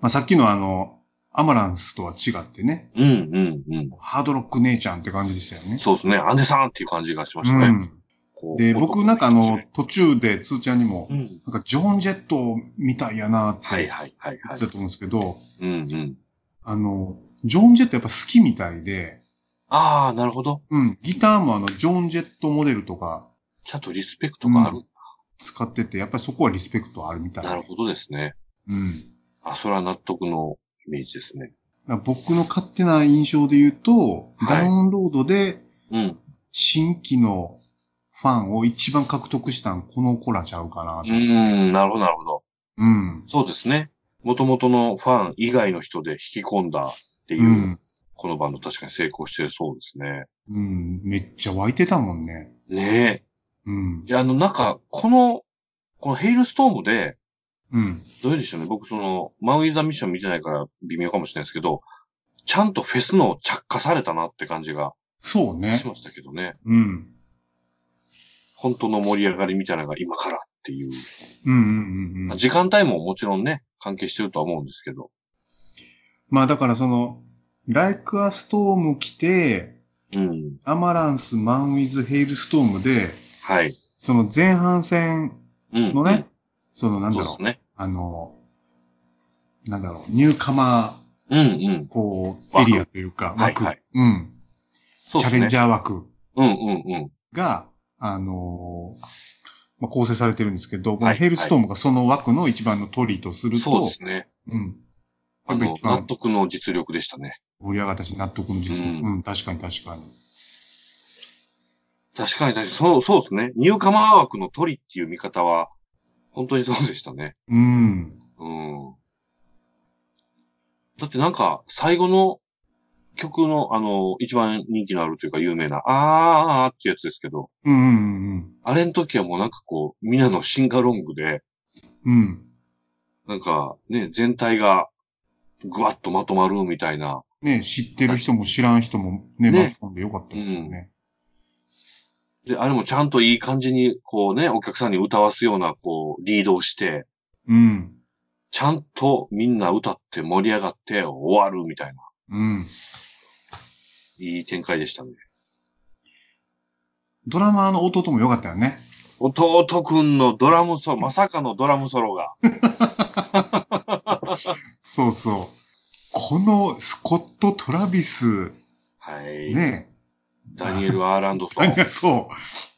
Speaker 2: まあ、さっきのあの、アマランスとは違ってね、
Speaker 1: うんうんうん。
Speaker 2: ハードロック姉ちゃんって感じでしたよね。
Speaker 1: そうですね。アンデさんっていう感じがしました
Speaker 2: う
Speaker 1: ね。
Speaker 2: ん。
Speaker 1: こう
Speaker 2: で、僕なんかあの、、途中でつーちゃんにも
Speaker 1: う、ん。
Speaker 2: なんかジョーン・ジェットみたいやなって
Speaker 1: はい
Speaker 2: 言っ
Speaker 1: はいはいは
Speaker 2: て
Speaker 1: い
Speaker 2: た。と思うんですけど、
Speaker 1: うんうん。
Speaker 2: あの、ジョーン・ジェットやっぱ好きみたいで、
Speaker 1: ああ、なるほど。
Speaker 2: うん、ギターもあの、ジョーン・ジェットモデルとか
Speaker 1: ちゃんとリスペクトがある。
Speaker 2: 使ってて、やっぱりそこはリスペクトあるみたい。
Speaker 1: なるほどですね。
Speaker 2: うん。
Speaker 1: あ、それは納得のイメージですね。
Speaker 2: 僕の勝手な印象で言うと、
Speaker 1: はい
Speaker 2: ダウンロードで
Speaker 1: うん。
Speaker 2: 新規のファンを一番獲得したんこの子らちゃうかな
Speaker 1: う。ーん、なるほどなるほど。
Speaker 2: うん。
Speaker 1: そうですね。元々のファン以外の人で引き込んだっていうう、
Speaker 2: ん。
Speaker 1: このバンド確かに成功してるそうですね。
Speaker 2: うん。めっちゃ湧いてたもんね。
Speaker 1: ね
Speaker 2: うん
Speaker 1: え。い。や、あの、なんか、この、このヘイルストームで、
Speaker 2: うん。
Speaker 1: どういうでしょうね。僕、その、マウイザミッション見てないから微妙かもしれないですけど、ちゃんとフェスの着火されたなって感じが
Speaker 2: そうね
Speaker 1: し。ましたけどね。
Speaker 2: うん。
Speaker 1: 本当の盛り上がりみたいなのが今からっていう。
Speaker 2: うんうんうんう
Speaker 1: まあ
Speaker 2: ん。
Speaker 1: 時間帯ももちろんね、関係してるとは思うんですけど。
Speaker 2: まあだからその、ライクアストーム来て、
Speaker 1: うん。
Speaker 2: アマランス、マンウィズ、ヘイルストームで、
Speaker 1: はい。
Speaker 2: その前半戦
Speaker 1: うん。
Speaker 2: のね、そのな
Speaker 1: うんん。
Speaker 2: だ
Speaker 1: そうです
Speaker 2: ろう、
Speaker 1: ね。
Speaker 2: あの、なんだろう、ニューカマー、
Speaker 1: うんうん。
Speaker 2: こう、エ
Speaker 1: 枠
Speaker 2: リアというか、
Speaker 1: はい
Speaker 2: 枠、
Speaker 1: はい
Speaker 2: うん、チ
Speaker 1: そうで
Speaker 2: ャ
Speaker 1: すね。
Speaker 2: レンジャー枠
Speaker 1: うんうんうん。
Speaker 2: が、あのーまあ、構成されてるんですけど、こ
Speaker 1: は
Speaker 2: の
Speaker 1: い
Speaker 2: ヘイルストームがその枠の一番のトリとすると、
Speaker 1: そうですね。
Speaker 2: うん、
Speaker 1: あ
Speaker 2: なん
Speaker 1: の
Speaker 2: か、一番
Speaker 1: 納得の実力でしたね。
Speaker 2: 盛り上がったし、納得の実績、
Speaker 1: う
Speaker 2: うんん、確かに確かに。
Speaker 1: 確かに確かに、そう、そうですね。ニューカマー枠の鳥っていう見方は、本当にそうでしたね。
Speaker 2: うん、
Speaker 1: うん。だってなんか、最後の曲の、あの、一番人気のあるというか有名な、あーあーあーってやつですけど、
Speaker 2: うん、うん、
Speaker 1: あれの時はもうなんかこう、みんなのシンガロングで、
Speaker 2: うん、うん。
Speaker 1: なんかね、全体がぐわっとまとまるみたいな、
Speaker 2: ね、知ってる人も知らん人も
Speaker 1: ね
Speaker 2: ね、巻き込んでよかったですよね。
Speaker 1: で、あれもちゃんといい感じに、こうね、お客さんに歌わすような、こう、リードをして、
Speaker 2: うん、
Speaker 1: ちゃんとみんな歌って盛り上がって終わるみたいな、
Speaker 2: うん。
Speaker 1: いい展開でしたね。
Speaker 2: ドラマーの弟もよかったよね。
Speaker 1: 弟くんのドラムソロ、まさかのドラムソロが。
Speaker 2: そうそう。このスコット・トラビス、
Speaker 1: はい。
Speaker 2: ね、
Speaker 1: ダニエル・アーランド ソ
Speaker 2: なん
Speaker 1: ン、
Speaker 2: かそ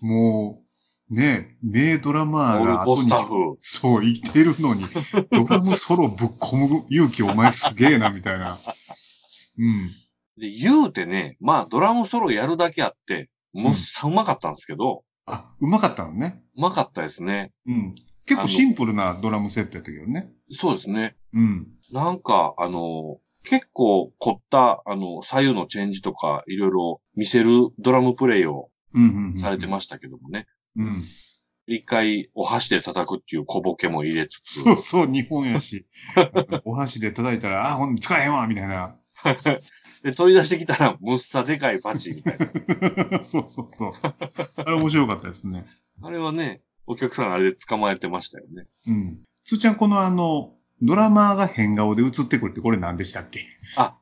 Speaker 2: う、もう、ね、名ドラマ
Speaker 1: オル
Speaker 2: ーが
Speaker 1: コ
Speaker 2: 後
Speaker 1: ス
Speaker 2: に
Speaker 1: タ、フ。
Speaker 2: そう、生きてる のに、ドラムソロぶっ込む勇気お前すげえな、みたいな。うん。
Speaker 1: で、言うてね、まあドラムソロやるだけあって、もっさうまかったんですけど、
Speaker 2: あ、うまかったのね。
Speaker 1: うまかったですね。
Speaker 2: うん。結構シンプルなドラムセットやったけどね。
Speaker 1: そうですね。
Speaker 2: うん。
Speaker 1: なんか、あの、結構凝った、あの、左右のチェンジとか、いろいろ見せるドラムプレイを
Speaker 2: うんうんうん
Speaker 1: されてましたけどもね。
Speaker 2: うん。
Speaker 1: 一回、お箸で叩くっていう小ボケも入れつつ、
Speaker 2: そうそう、日本やし。 お箸で叩いたら、あ、ほん使えへんわみたいな。
Speaker 1: で、取り出してきたら、むっさでかいバチみたいな。
Speaker 2: そうそうそう。あれ面白かったですね。
Speaker 1: あれはね、お客さんあれで捕まえてましたよね。
Speaker 2: うん。つーちゃん、このあの、ドラマーが変顔で映ってくるってこれ何でしたっけ
Speaker 1: あ、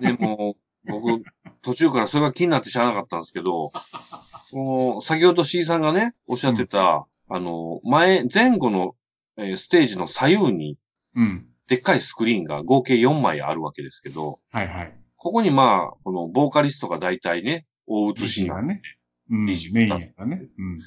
Speaker 1: でも、僕、途中からそれが気になって知らなかったんですけど、もう先ほど C さんがね、おっしゃってた、あの、前、前後の、えーステージの左右に、
Speaker 2: うん。
Speaker 1: でっかいスクリーンが合計4枚あるわけですけど、
Speaker 2: はいはい。
Speaker 1: ここにまあ、このボーカリストが大体ね、大写し
Speaker 2: が
Speaker 1: な。
Speaker 2: ね。うん。メ
Speaker 1: 美
Speaker 2: イ
Speaker 1: 人
Speaker 2: ンやからね。うん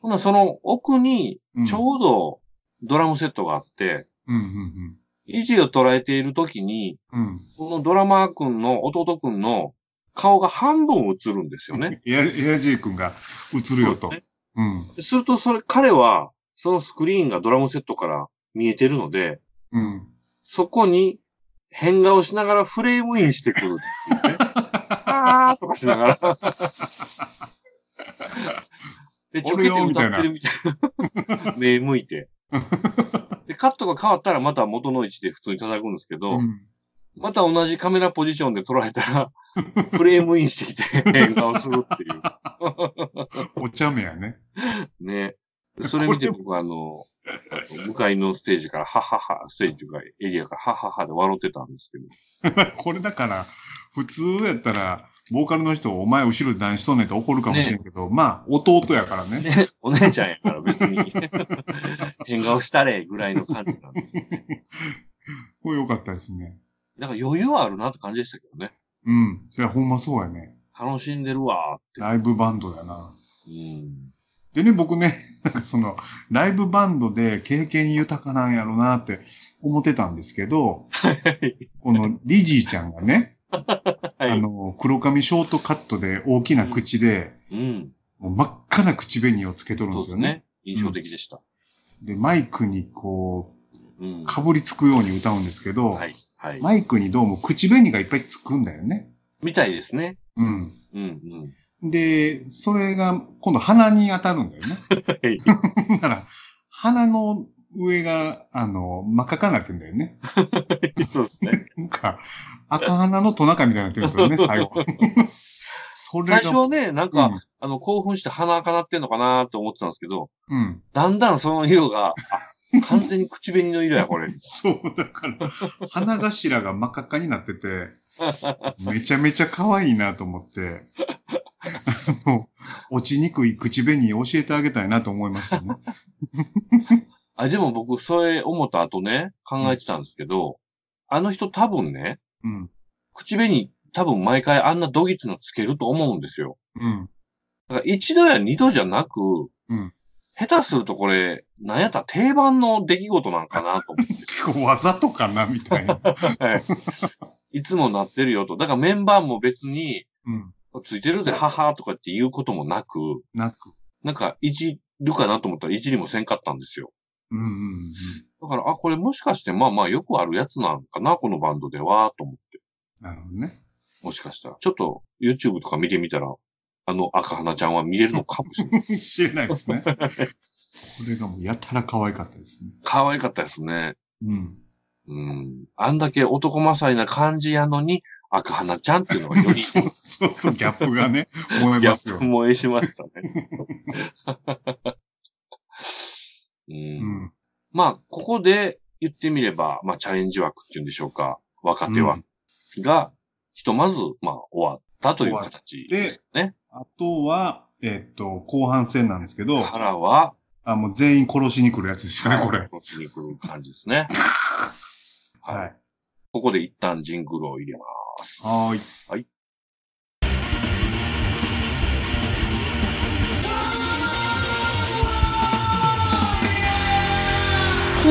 Speaker 1: ほな、その奥に、
Speaker 2: うん。
Speaker 1: ちょうどドラムセットがあって、
Speaker 2: うんうん
Speaker 1: 維持を捉えている時に、
Speaker 2: うん。うん。
Speaker 1: このドラマーくんの弟くんの顔が半分映るんですよね。
Speaker 2: エア、エアジー君が映るよ
Speaker 1: そ
Speaker 2: と。
Speaker 1: うで
Speaker 2: うん。
Speaker 1: すると、それ、彼は、そのスクリーンがドラムセットから見えてるので、
Speaker 2: うん。
Speaker 1: そこに変顔しながらフレームインしてくるって いうね。あーとかしながら。 で、ちょけて歌ってるみたいな。目向いて。で、カットが変わったらまた元の位置で普通に叩くんですけど、
Speaker 2: うん
Speaker 1: また同じカメラポジションで捉えたら、フレームインしてきて変顔するっていう。
Speaker 2: お茶目やね。
Speaker 1: ね。それ見て僕はあの、向かいのステージから、ははは、ステージというかエリアから、はははで笑ってたんですけど。
Speaker 2: これだから、普通やったら、ボーカルの人、お前後ろで何しとんねんって怒るかもしれんけど、まあ、弟やからね。
Speaker 1: ね、お姉ちゃんやから別 に、変顔したれ、ぐらいの感じなんですけど。
Speaker 2: これ良かったですね。
Speaker 1: なんか余裕はあるなって感じでしたけどね。
Speaker 2: うん。それはほんまそうやね。
Speaker 1: 楽しんでるわーって。
Speaker 2: ライブバンドやな。
Speaker 1: うん。
Speaker 2: でね、僕ね、 なんかその、ライブバンドで経験豊かなんやろうなって思ってたんですけど、このリジーちゃんがね、
Speaker 1: はい
Speaker 2: あの、黒髪ショートカットで大きな口で、
Speaker 1: うん。
Speaker 2: もう真っ赤な口紅をつけとるん
Speaker 1: そうです
Speaker 2: で
Speaker 1: す
Speaker 2: よね。
Speaker 1: ね。印象的でした。
Speaker 2: で、マイクにこ
Speaker 1: うん
Speaker 2: う、。かぶりつくように歌うんですけど、
Speaker 1: はい。はい。
Speaker 2: マイクにどうも口紅がいっぱいつくんだよね。
Speaker 1: みたいですね。
Speaker 2: うん。
Speaker 1: うんうん。
Speaker 2: で、それが今度鼻に当たるんだよ ね。はい。なら、鼻の上が、あの、真っ赤かになってんだよね。
Speaker 1: そうですね。
Speaker 2: なんか、赤鼻のトナカイみたいになってるんです よね、最後。それが。
Speaker 1: 最初はね、なんか、あの、興奮して鼻赤なってんのかなと思ってたんですけど、
Speaker 2: うん。うん。
Speaker 1: だんだんその色が、あ完全に口紅の色や、これ。
Speaker 2: そう、だから、鼻頭が真っ赤っかになってて、めちゃめちゃ可愛いなと思って、あの、落ちにくい口紅教えてあげたいなと思いましたね。
Speaker 1: あ、でも僕、それ思った後ね、考えてたんですけど、あの人多分ね、
Speaker 2: うん。
Speaker 1: 口紅、多分毎回あんなドギツのつけると思うんですよ。
Speaker 2: うん。
Speaker 1: だから一度や二度じゃなく、
Speaker 2: うん
Speaker 1: 下手するとこれ、なんやったら定番の出来事なんかなと思って。
Speaker 2: 結構わざとかな、みたいな。
Speaker 1: いつもなってるよと。だからメンバーも別に、
Speaker 2: うん。
Speaker 1: ついてるぜ、ははとかって言うこともなく、
Speaker 2: なく。
Speaker 1: なんか、いじるかなと思ったらいじりもせんかったんですよ。
Speaker 2: うんうんうん。
Speaker 1: だから、あ、これもしかして、まあまあ、よくあるやつなのかな、このバンドでは、と思って。
Speaker 2: なるほどね。
Speaker 1: もしかしたら。ちょっと、YouTube とか見てみたら、あの赤花ちゃんは見れるのかもし れない。
Speaker 2: 知れないですね。これがもうやたら可愛かったですね。
Speaker 1: 可愛かったですね。
Speaker 2: うん。
Speaker 1: うん。あんだけ男勝りな感じやのに、赤花ちゃんっていうのがより、
Speaker 2: そうそうそう、ギャップがね、思い
Speaker 1: ギャ
Speaker 2: ます
Speaker 1: ッ
Speaker 2: よ
Speaker 1: プ。萌えしましたね。 う
Speaker 2: う
Speaker 1: ん、
Speaker 2: ん。
Speaker 1: まあ、ここで言ってみれば、まあ、チャレンジ枠っていうんでしょうか。若手
Speaker 2: う
Speaker 1: 枠が、ひとまず、まあ、終わったという形ですね。
Speaker 2: あとは、えっと、後半戦なんですけど、
Speaker 1: からは、
Speaker 2: あ、もう全員殺しに来るやつですよね、これ。
Speaker 1: こっちに来る感じですね。
Speaker 2: はい。
Speaker 1: ここで一旦ジングルを入れます。
Speaker 2: はーい。
Speaker 1: はい。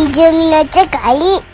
Speaker 3: 非常になっちゃかい。